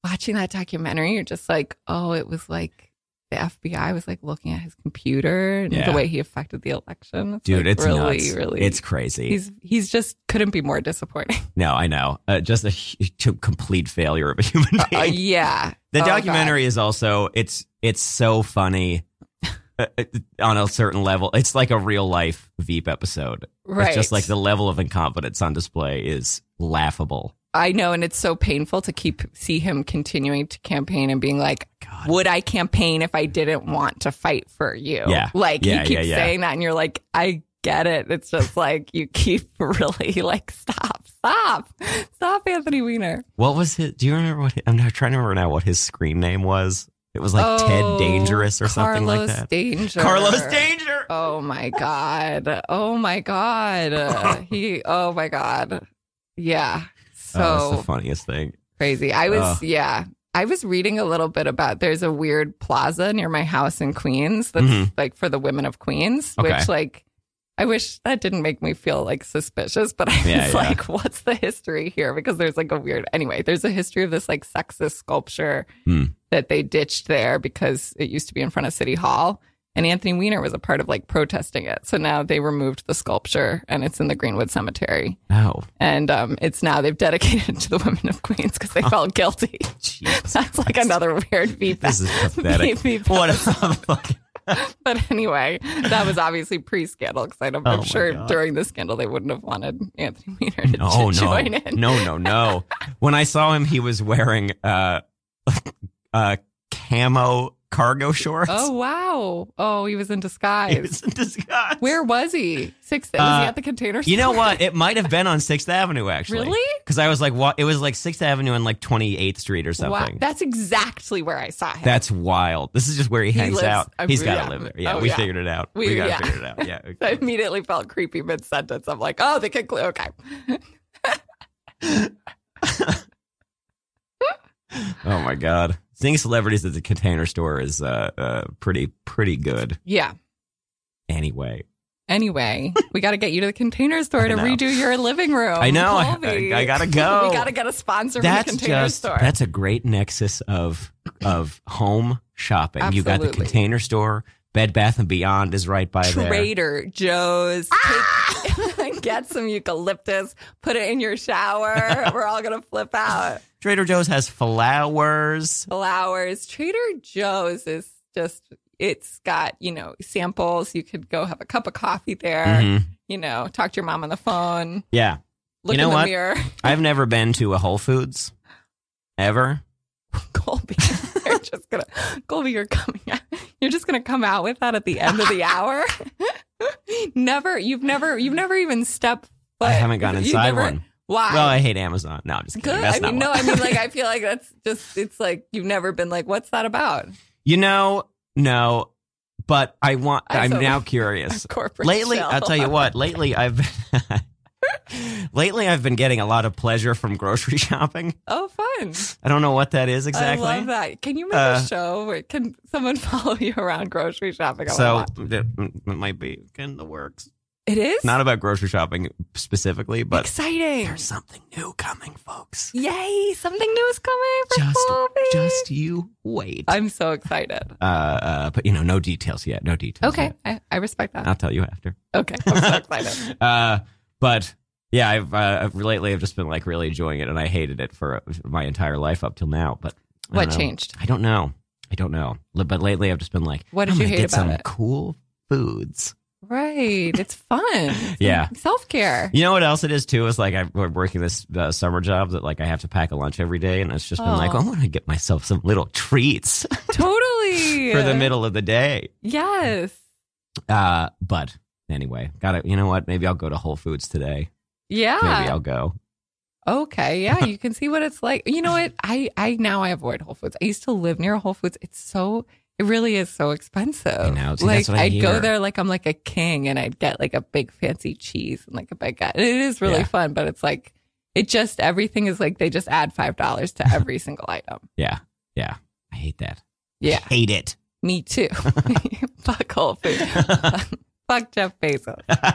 Speaker 4: watching that documentary, you're just like, oh, it was like the FBI was like looking at his computer and
Speaker 3: Yeah.
Speaker 4: the way he affected the election. It's,
Speaker 3: Dude,
Speaker 4: like,
Speaker 3: it's
Speaker 4: really,
Speaker 3: nuts.
Speaker 4: really,
Speaker 3: It's crazy.
Speaker 4: he's he's just couldn't be more disappointing.
Speaker 3: no, I know. Uh, just a hu- to- complete failure of a human being.
Speaker 4: Uh, yeah,
Speaker 3: The
Speaker 4: Oh, God.
Speaker 3: documentary is also it's it's so funny uh, uh, on a certain level. It's like a real life Veep episode.
Speaker 4: right.
Speaker 3: It's just like the level of incompetence on display is laughable.
Speaker 4: I know, and it's so painful to keep see him continuing to campaign and being like,
Speaker 3: God.
Speaker 4: would I campaign if I didn't want to fight for you?
Speaker 3: Yeah.
Speaker 4: Like
Speaker 3: Yeah,
Speaker 4: you keep
Speaker 3: yeah, yeah.
Speaker 4: saying that and you're like, I get it. It's just like you keep really like stop, stop, stop Anthony Weiner.
Speaker 3: What was his? Do you remember what? I'm not trying to remember now what his screen name was. It was like
Speaker 4: Oh,
Speaker 3: Ted Dangerous or something like
Speaker 4: Carlos
Speaker 3: that.
Speaker 4: Danger.
Speaker 3: Carlos Danger.
Speaker 4: Oh my God. Oh my God. Uh, he oh my God. Yeah. So
Speaker 3: oh, that's the funniest thing.
Speaker 4: crazy. I was,
Speaker 3: Ugh.
Speaker 4: yeah. I was reading a little bit about there's a weird plaza near my house in Queens that's
Speaker 3: Mhm.
Speaker 4: like for the women of Queens,
Speaker 3: Okay.
Speaker 4: which like I wish that didn't make me feel like suspicious, but I was
Speaker 3: Yeah, yeah.
Speaker 4: like, what's the history here? Because there's like a weird anyway, there's a history of this like sexist sculpture
Speaker 3: Hmm.
Speaker 4: that they ditched there because it used to be in front of City Hall. And Anthony Weiner was a part of like protesting it. So now they removed the sculpture and it's in the Greenwood Cemetery
Speaker 3: Oh,
Speaker 4: and um, it's now they've dedicated it to the women of Queens because
Speaker 3: Oh.
Speaker 4: they felt guilty.
Speaker 3: jeez.
Speaker 4: That's like another weird VP.
Speaker 3: This is pathetic. What a fucking.
Speaker 4: But anyway, that was obviously pre-scandal because I'm,
Speaker 3: Oh,
Speaker 4: I'm
Speaker 3: my
Speaker 4: sure
Speaker 3: God.
Speaker 4: during the scandal they wouldn't have wanted Anthony Weiner to,
Speaker 3: Oh, no,
Speaker 4: to
Speaker 3: no,
Speaker 4: join in.
Speaker 3: no, no, no. When I saw him, he was wearing uh, uh, camo cargo shorts.
Speaker 4: Oh wow! Oh, he was in disguise.
Speaker 3: He was in disguise.
Speaker 4: Where was he? Sixth? Was
Speaker 3: Uh,
Speaker 4: he at the container?
Speaker 3: You know
Speaker 4: store?
Speaker 3: what? It might have been on Sixth Avenue actually.
Speaker 4: Really?
Speaker 3: Because I was like, what? It was like Sixth Avenue and like Twenty Eighth Street or
Speaker 4: Wow,
Speaker 3: something.
Speaker 4: that's exactly where I saw him.
Speaker 3: That's wild. This is just where he,
Speaker 4: He
Speaker 3: hangs
Speaker 4: lives-
Speaker 3: out.
Speaker 4: I-
Speaker 3: He's got to
Speaker 4: yeah.
Speaker 3: live there. Yeah,
Speaker 4: Oh,
Speaker 3: we
Speaker 4: yeah.
Speaker 3: figured it out. We,
Speaker 4: We-
Speaker 3: got to
Speaker 4: yeah.
Speaker 3: figure it out. Yeah.
Speaker 4: I
Speaker 3: okay.
Speaker 4: immediately felt creepy mid-sentence. I'm like, oh, they could clue. Okay,
Speaker 3: oh my god. Seeing celebrities at the container store is uh, uh pretty pretty good.
Speaker 4: yeah.
Speaker 3: Anyway.
Speaker 4: Anyway, we got to get you to the container store
Speaker 3: I
Speaker 4: to
Speaker 3: know.
Speaker 4: redo your living room.
Speaker 3: I know. I-
Speaker 4: Oh, Colby.
Speaker 3: I- I gotta go.
Speaker 4: we got to get a sponsor
Speaker 3: that's
Speaker 4: from the container
Speaker 3: just
Speaker 4: store.
Speaker 3: that's a great nexus of of home shopping. You got the
Speaker 4: Absolutely.
Speaker 3: container store, Bed Bath and Beyond is right by there. Ah!
Speaker 4: Trader Joe's. Take- get some eucalyptus. Put it in your shower. We're all gonna flip out.
Speaker 3: Trader Joe's has flowers.
Speaker 4: Flowers. Trader Joe's is just. It's got you know samples. You could go have a cup of coffee there.
Speaker 3: Mhm.
Speaker 4: You know, talk to your mom on the phone.
Speaker 3: Yeah,
Speaker 4: Look
Speaker 3: You know
Speaker 4: in the
Speaker 3: what?
Speaker 4: mirror.
Speaker 3: I've never been to a Whole Foods ever.
Speaker 4: Colby, you're just gonna Colby, you're coming out. You're just gonna come out with that at the end of the hour. never, you've never, you've never even stepped.
Speaker 3: I
Speaker 4: foot-
Speaker 3: haven't gone
Speaker 4: you've
Speaker 3: inside
Speaker 4: never-
Speaker 3: one.
Speaker 4: Why?
Speaker 3: Well, I hate Amazon. No, I'm just kidding.
Speaker 4: Good.
Speaker 3: That's
Speaker 4: I
Speaker 3: not
Speaker 4: mean, no,
Speaker 3: why.
Speaker 4: I mean, like, I feel like that's just. It's like you've never been like, what's that about?
Speaker 3: you know, no. But I want.
Speaker 4: I
Speaker 3: I'm
Speaker 4: saw-
Speaker 3: now curious.
Speaker 4: Corporate.
Speaker 3: lately
Speaker 4: shell.
Speaker 3: i'll tell you what lately i've lately i've been getting a lot of pleasure from grocery shopping
Speaker 4: Oh, fun.
Speaker 3: i don't know what that is exactly
Speaker 4: I love that. Can you make
Speaker 3: Uh,
Speaker 4: a show? Where, can someone follow you around grocery shopping? I wanna
Speaker 3: so
Speaker 4: watch.
Speaker 3: that it might be in the works
Speaker 4: it is
Speaker 3: not about grocery shopping specifically but
Speaker 4: exciting.
Speaker 3: there's something new coming folks
Speaker 4: Yay! Something new is coming. For
Speaker 3: just
Speaker 4: Colby.
Speaker 3: just you wait
Speaker 4: I'm so excited.
Speaker 3: uh, uh but you know no details yet no details
Speaker 4: Okay,
Speaker 3: yet.
Speaker 4: I, I respect that.
Speaker 3: i'll tell you after
Speaker 4: Okay, I'm so excited.
Speaker 3: uh But yeah, I've, uh, I've lately I've just been like really enjoying it, and I hated it for my entire life up till now. But I don't
Speaker 4: What
Speaker 3: know.
Speaker 4: changed?
Speaker 3: I don't know. I don't know. Li- But lately, I've just been like,
Speaker 4: What did
Speaker 3: I'm
Speaker 4: you
Speaker 3: gonna
Speaker 4: hate
Speaker 3: get
Speaker 4: about
Speaker 3: some
Speaker 4: it?
Speaker 3: cool foods.
Speaker 4: Right. It's fun.
Speaker 3: Yeah.
Speaker 4: Self care.
Speaker 3: You know what else it is too? Is like I'm we're working this uh, summer job that like I have to pack a lunch every day, and it's just been like
Speaker 4: Oh.
Speaker 3: I want to get myself some little treats
Speaker 4: Totally.
Speaker 3: for the middle of the day.
Speaker 4: Yes.
Speaker 3: Uh, but anyway, got to You know what? Maybe I'll go to Whole Foods today. Maybe
Speaker 4: Yeah.
Speaker 3: I'll go.
Speaker 4: Okay. Yeah. You can see what it's like. You know what? I, I now I avoid Whole Foods. I used to live near Whole Foods. It's so, it really is so expensive.
Speaker 3: I know. See,
Speaker 4: like
Speaker 3: that's what I
Speaker 4: would
Speaker 3: hear.
Speaker 4: go there like I'm like a king and I'd get like a big fancy cheese and like a baguette. And It is really
Speaker 3: Yeah.
Speaker 4: fun, but it's like, it just, everything is like, they just add $5 to every single item.
Speaker 3: Yeah, yeah. I hate that.
Speaker 4: Yeah.
Speaker 3: hate it.
Speaker 4: Me too. Fuck Whole Foods. Fuck Jeff Bezos.
Speaker 3: Uh,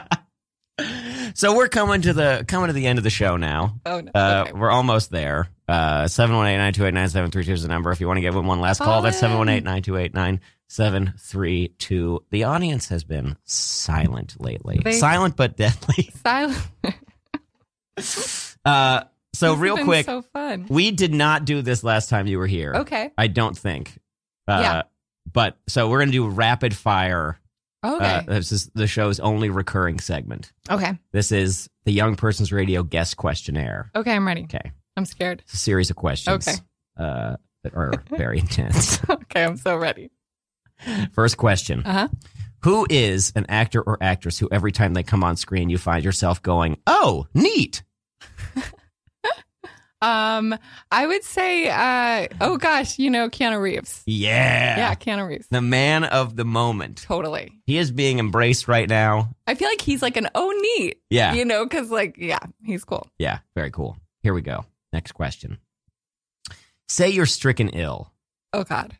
Speaker 3: so we're coming to the coming to the end of the show now.
Speaker 4: Oh no.
Speaker 3: Uh,
Speaker 4: Okay.
Speaker 3: We're almost there. Uh, 718-928-9732 is the number. If you want to give them one last call,
Speaker 4: Call
Speaker 3: that's
Speaker 4: in.
Speaker 3: 718-928-9732. The audience has been silent lately.
Speaker 4: They-
Speaker 3: Silent but deadly.
Speaker 4: Silent.
Speaker 3: Uh, so
Speaker 4: This has
Speaker 3: real
Speaker 4: been
Speaker 3: quick,
Speaker 4: So fun.
Speaker 3: we did not do this last time you were here.
Speaker 4: Okay.
Speaker 3: I don't think. Uh,
Speaker 4: Yeah.
Speaker 3: But so we're going to do rapid fire.
Speaker 4: Okay.
Speaker 3: Uh, this is the show's only recurring segment.
Speaker 4: okay.
Speaker 3: This is the Young Persons Radio Guest Questionnaire.
Speaker 4: Okay. I'm ready.
Speaker 3: Okay.
Speaker 4: I'm scared.
Speaker 3: It's a series of questions
Speaker 4: Okay.
Speaker 3: uh, that are very intense.
Speaker 4: Okay. I'm so ready.
Speaker 3: First question
Speaker 4: Uh huh.
Speaker 3: Who is an actor or actress who every time they come on screen, you find yourself going, oh, neat?
Speaker 4: Um, I would say, uh, oh gosh, you know, Keanu Reeves.
Speaker 3: Yeah.
Speaker 4: Yeah. Keanu Reeves.
Speaker 3: The man of the moment.
Speaker 4: Totally.
Speaker 3: He is being embraced right now.
Speaker 4: I feel like he's like an oh neat,
Speaker 3: Yeah.
Speaker 4: you know, because like, yeah, he's cool.
Speaker 3: Yeah. Very cool. Here we go. Next question. Say you're stricken ill.
Speaker 4: Oh God.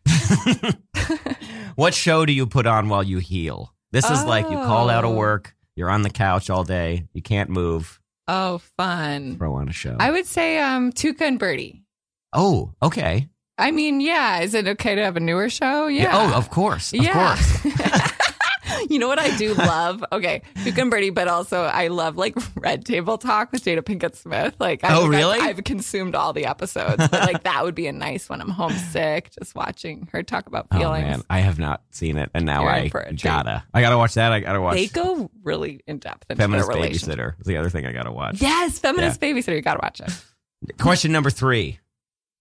Speaker 3: what show do you put on while you heal? This is like you call out of
Speaker 4: Oh.
Speaker 3: work, you're on the couch all day, you can't move,
Speaker 4: Oh, fun.
Speaker 3: throw on a show.
Speaker 4: I would say, um, Tuca and Birdie.
Speaker 3: oh, okay.
Speaker 4: I mean, yeah. Is it okay to have a newer show? Yeah.
Speaker 3: Oh, of course. Of
Speaker 4: yeah.
Speaker 3: course.
Speaker 4: you know what I do love? Okay, Duke and Birdie, but also I love like Red Table Talk with Jada Pinkett Smith. Like, I
Speaker 3: Oh,
Speaker 4: think I've-
Speaker 3: really?
Speaker 4: I've, consumed all the episodes, but like that would be a nice one. I'm homesick, just watching her talk about
Speaker 3: Oh,
Speaker 4: feelings.
Speaker 3: man. I have not seen it, and now
Speaker 4: You're in
Speaker 3: I
Speaker 4: for a treat.
Speaker 3: gotta. I gotta watch that. I gotta watch
Speaker 4: they go really in depth into
Speaker 3: Feminist
Speaker 4: their relationship.
Speaker 3: Babysitter. Is the other thing I gotta watch.
Speaker 4: Yes, feminist babysitter. You gotta watch it.
Speaker 3: Question number three.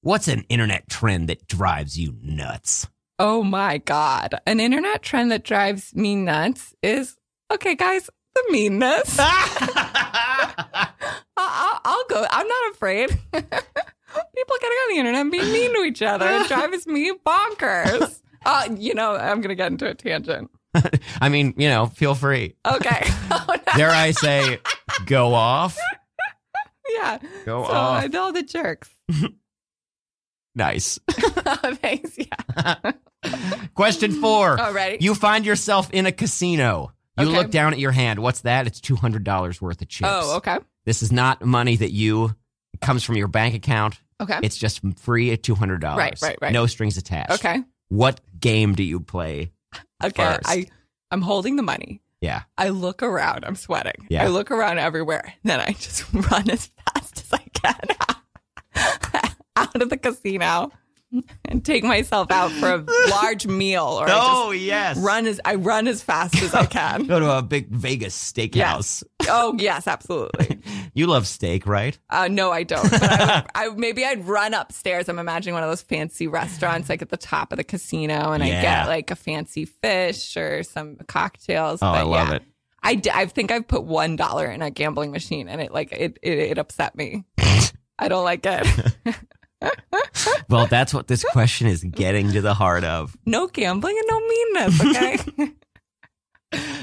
Speaker 3: What's an internet trend that drives you nuts?
Speaker 4: Oh my God. An internet trend that drives me nuts is okay, guys, the meanness. I- I- I'll go. I'm not afraid. People getting on the internet and being mean to each other it drives me bonkers. Uh, you know, I'm going to get into a tangent.
Speaker 3: I mean, you know, feel free.
Speaker 4: Okay. Oh, no.
Speaker 3: Dare I say, go off?
Speaker 4: Yeah.
Speaker 3: Go
Speaker 4: so,
Speaker 3: off.
Speaker 4: uh, all the jerks.
Speaker 3: Nice.
Speaker 4: Thanks. Yeah.
Speaker 3: Question four.
Speaker 4: All right.
Speaker 3: You find yourself in a casino. You
Speaker 4: Okay.
Speaker 3: look down at your hand. What's that? It's two hundred dollars worth of chips.
Speaker 4: oh, okay.
Speaker 3: This is not money that you it comes from your bank account.
Speaker 4: Okay.
Speaker 3: It's just free at two hundred dollars.
Speaker 4: Right, right, right.
Speaker 3: No strings attached.
Speaker 4: okay.
Speaker 3: What game do you play?
Speaker 4: Okay,
Speaker 3: first.
Speaker 4: I I'm holding the money.
Speaker 3: Yeah.
Speaker 4: I look around. I'm sweating.
Speaker 3: Yeah.
Speaker 4: I look around everywhere. Then I just run as fast as I can out of the casino and take myself out for a large meal or I
Speaker 3: Oh, yes.
Speaker 4: just run as I run as fast as I can.
Speaker 3: Go to a big Vegas steakhouse.
Speaker 4: oh yes, absolutely.
Speaker 3: You love steak, right?
Speaker 4: Uh, no, I don't. But I, would, I maybe I'd run upstairs. I'm imagining one of those fancy restaurants, like at the top of the casino, and I
Speaker 3: Yeah.
Speaker 4: get like a fancy fish or some cocktails.
Speaker 3: Oh, I
Speaker 4: But,
Speaker 3: love
Speaker 4: Uh, yeah.
Speaker 3: it.
Speaker 4: I, d- I think I've put one dollar in a gambling machine, and it like it it, it upset me. I don't like it.
Speaker 3: Well, that's what this question is getting to the heart of.
Speaker 4: no gambling and no meanness. Okay.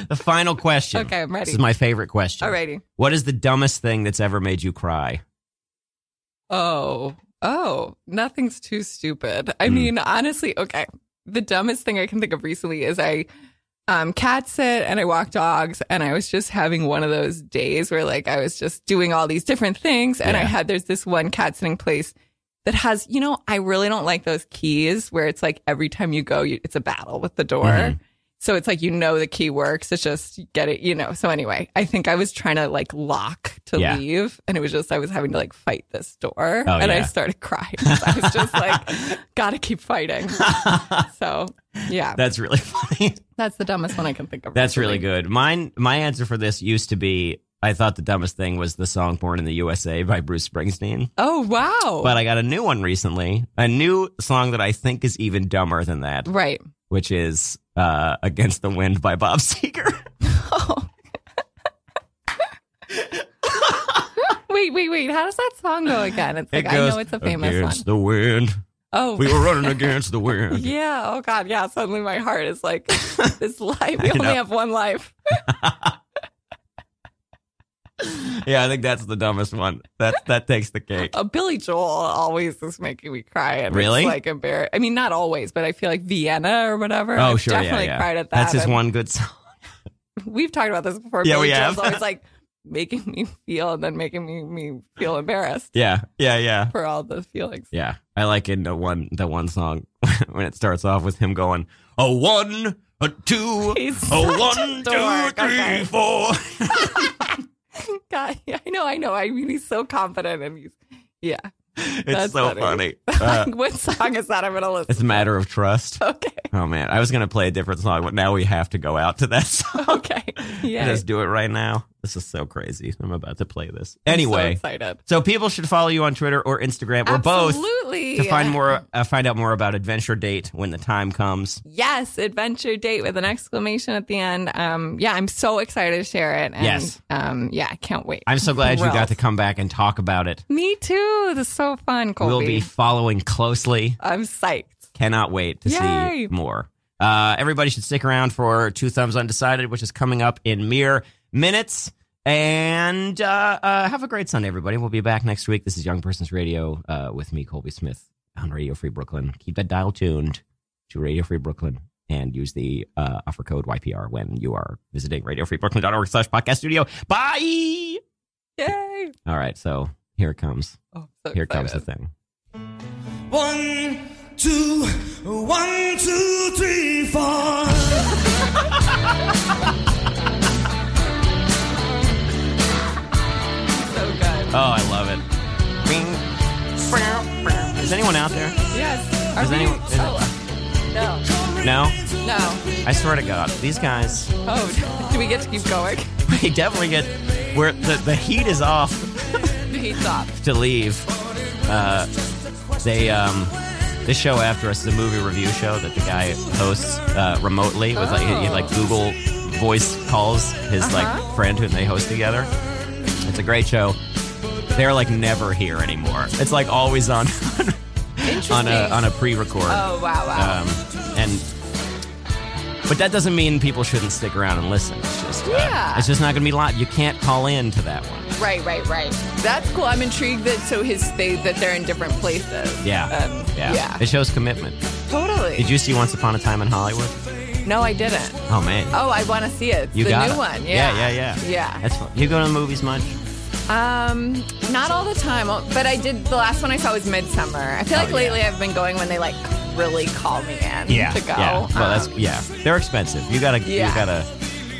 Speaker 3: The final question.
Speaker 4: okay, I'm
Speaker 3: This
Speaker 4: ready.
Speaker 3: is my favorite question.
Speaker 4: Alrighty.
Speaker 3: What is the dumbest thing that's ever made you cry?
Speaker 4: Oh, oh, nothing's too stupid. I
Speaker 3: Mm.
Speaker 4: mean, honestly, okay. The dumbest thing I can think of recently is I um cat sit and I walk dogs and I was just having one of those days where like I was just doing all these different things and I
Speaker 3: Yeah.
Speaker 4: had there's this one cat sitting place that has, you know, I really don't like those keys where it's like every time you go, you, it's a battle with the door.
Speaker 3: Mhm.
Speaker 4: So it's like you know the key works. It's just get it, you know. So anyway, I think I was trying to like lock to
Speaker 3: Yeah.
Speaker 4: leave, and it was just I was having to like fight this door,
Speaker 3: Oh,
Speaker 4: and I
Speaker 3: yeah.
Speaker 4: started crying. I was just like, gotta keep fighting. So yeah,
Speaker 3: That's really funny.
Speaker 4: that's the dumbest one I can think of.
Speaker 3: That's
Speaker 4: recently.
Speaker 3: really good. Mine, my answer for this used to be I thought the dumbest thing was the song "Born in the USA" by Bruce Springsteen,
Speaker 4: Oh wow!
Speaker 3: but I got a new one recently, a new song that I think is even dumber than that,
Speaker 4: right.
Speaker 3: which is uh, "Against the Wind" by Bob Seger.
Speaker 4: Wait, wait, wait. How does that song go again? It's like
Speaker 3: It
Speaker 4: I
Speaker 3: goes,
Speaker 4: know it's a famous
Speaker 3: against
Speaker 4: one.
Speaker 3: the wind.
Speaker 4: Oh
Speaker 3: We were running against the wind.
Speaker 4: yeah. Oh god, yeah. Suddenly my heart is like this life. We
Speaker 3: I
Speaker 4: only
Speaker 3: know.
Speaker 4: have one life.
Speaker 3: Yeah, I think that's the dumbest one. That that takes the cake.
Speaker 4: Uh, Billy Joel always is making me cry. And
Speaker 3: Really?
Speaker 4: It's like embarrassing. I mean, not always, but I feel like Vienna or whatever.
Speaker 3: Oh,
Speaker 4: I've
Speaker 3: sure, yeah,
Speaker 4: Definitely
Speaker 3: yeah.
Speaker 4: cried at that.
Speaker 3: That's his
Speaker 4: And
Speaker 3: one good song.
Speaker 4: We've talked about this before.
Speaker 3: Yeah,
Speaker 4: Billy
Speaker 3: we
Speaker 4: Joel's
Speaker 3: have.
Speaker 4: always like making me feel and then making me, me feel embarrassed
Speaker 3: Yeah, yeah, yeah,
Speaker 4: for all the feelings.
Speaker 3: yeah. I like in the one the one song when it starts off with him going a one, a two,
Speaker 4: He's
Speaker 3: a
Speaker 4: such
Speaker 3: Oh, one, two,
Speaker 4: a dork.
Speaker 3: three,
Speaker 4: Okay.
Speaker 3: four.
Speaker 4: God, I know, I know. I mean, he's so confident and he's, yeah.
Speaker 3: It's
Speaker 4: That's
Speaker 3: so funny.
Speaker 4: funny.
Speaker 3: Uh,
Speaker 4: what song is that? I'm going to listen.
Speaker 3: it's a matter of trust.
Speaker 4: Okay.
Speaker 3: Oh man, I was gonna play a different song, but now we have to go out to that song.
Speaker 4: Okay. Yeah.
Speaker 3: Let's do it right now. This is so crazy. I'm about to play this
Speaker 4: I'm so
Speaker 3: anyway.
Speaker 4: excited.
Speaker 3: So people should follow you on Twitter or Instagram or both
Speaker 4: Absolutely.
Speaker 3: to find more, uh, find out more about Adventure Date when the time comes.
Speaker 4: Yes, adventure date with an exclamation at the end. Um, yeah, I'm so excited to share it. And,
Speaker 3: Yes.
Speaker 4: Um, yeah, I can't wait.
Speaker 3: I'm so glad you got
Speaker 4: Ralph.
Speaker 3: to come back and talk about it.
Speaker 4: Me too. This is so fun, Colby.
Speaker 3: We'll be following closely.
Speaker 4: I'm psyched.
Speaker 3: Cannot wait to see
Speaker 4: Yay.
Speaker 3: more. Uh, everybody should stick around for Two Thumbs Undecided, which is coming up in mere minutes. And uh, uh, have a great Sunday, everybody. We'll be back next week. This is Young Persons Radio uh, with me, Colby Smith, on Radio Free Brooklyn. Keep that dial tuned to Radio Free Brooklyn and use the uh, offer code YPR when you are visiting radiofreebrooklyn.org slash podcast studio. Bye!
Speaker 4: Yay.
Speaker 3: All right, so here it comes.
Speaker 4: Oh, so
Speaker 3: Here comes the
Speaker 4: excited.
Speaker 3: thing.
Speaker 5: One, two, one, two, three, four.
Speaker 4: So good.
Speaker 3: Oh, I love it. Bing. Is anyone out there?
Speaker 4: Yes.
Speaker 3: Does
Speaker 4: Are we-
Speaker 3: anyone- is-
Speaker 4: oh, no.
Speaker 3: No?
Speaker 4: No.
Speaker 3: I swear to God, these guys,
Speaker 4: Oh, do we get to keep going?
Speaker 3: they definitely get where the, the heat is off
Speaker 4: The heat's off.
Speaker 3: to leave. Uh, they, um, this show after us, the movie review show that the guy hosts uh, remotely with like, he, he, like Google voice calls his like friend who they host together. It's a great show. They're like never here anymore. It's like always on on a on a pre-record.
Speaker 4: Oh, wow, wow.
Speaker 3: um, and but that doesn't mean people shouldn't stick around and listen. It's just uh,
Speaker 4: Yeah.
Speaker 3: it's just not going to be live. You can't call in to that one.
Speaker 4: right, right, right. That's cool. I'm intrigued that so his they that they're in different places.
Speaker 3: Yeah,
Speaker 4: Um,
Speaker 3: yeah,
Speaker 4: yeah.
Speaker 3: It shows commitment.
Speaker 4: Totally.
Speaker 3: Did you see Once Upon a Time in Hollywood?
Speaker 4: No, I didn't.
Speaker 3: Oh man,
Speaker 4: Oh, I want to see it. It's
Speaker 3: you
Speaker 4: the
Speaker 3: got
Speaker 4: new
Speaker 3: it.
Speaker 4: one.
Speaker 3: yeah, yeah,
Speaker 4: Yeah.
Speaker 3: yeah.
Speaker 4: Yeah.
Speaker 3: that's fun. You go to the movies much?
Speaker 4: Um, not all the time, oh, but I did. The last one I saw was Midsummer. I feel like
Speaker 3: Oh, yeah.
Speaker 4: lately I've been going when they like really call me in to go.
Speaker 3: yeah. Well, that's
Speaker 4: Um,
Speaker 3: yeah. They're expensive. You gotta, you
Speaker 4: Yeah.
Speaker 3: gotta,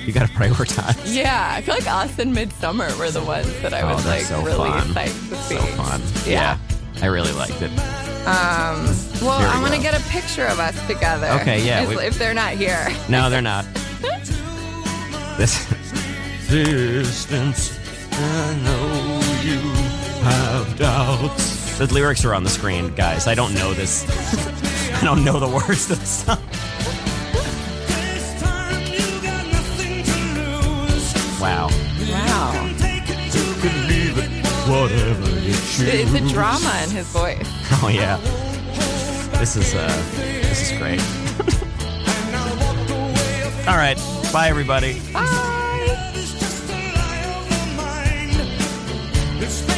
Speaker 3: you gotta prioritize.
Speaker 4: yeah, I feel like us and Midsummer were the ones that I
Speaker 3: Oh,
Speaker 4: was like
Speaker 3: that's so
Speaker 4: really
Speaker 3: fun.
Speaker 4: psyched to see.
Speaker 3: So fun.
Speaker 4: Yeah.
Speaker 3: I really liked it.
Speaker 4: Well,
Speaker 3: There we
Speaker 4: I want to
Speaker 3: go.
Speaker 4: get a picture of us together.
Speaker 3: Okay, yeah,
Speaker 4: If,
Speaker 3: we-
Speaker 4: if they're not here.
Speaker 3: No, they're not. this distance. I know you have doubts. The lyrics are on the screen, guys. I don't know this. I don't know the words to the song.
Speaker 5: This time you got nothing to lose.
Speaker 3: Wow.
Speaker 4: Wow.
Speaker 5: Take it to
Speaker 3: Whatever you
Speaker 4: It's a drama in his voice.
Speaker 3: Oh yeah. This is uh this is great. All right. Bye everybody.
Speaker 4: Bye.
Speaker 5: love is just a lie of the mind. It's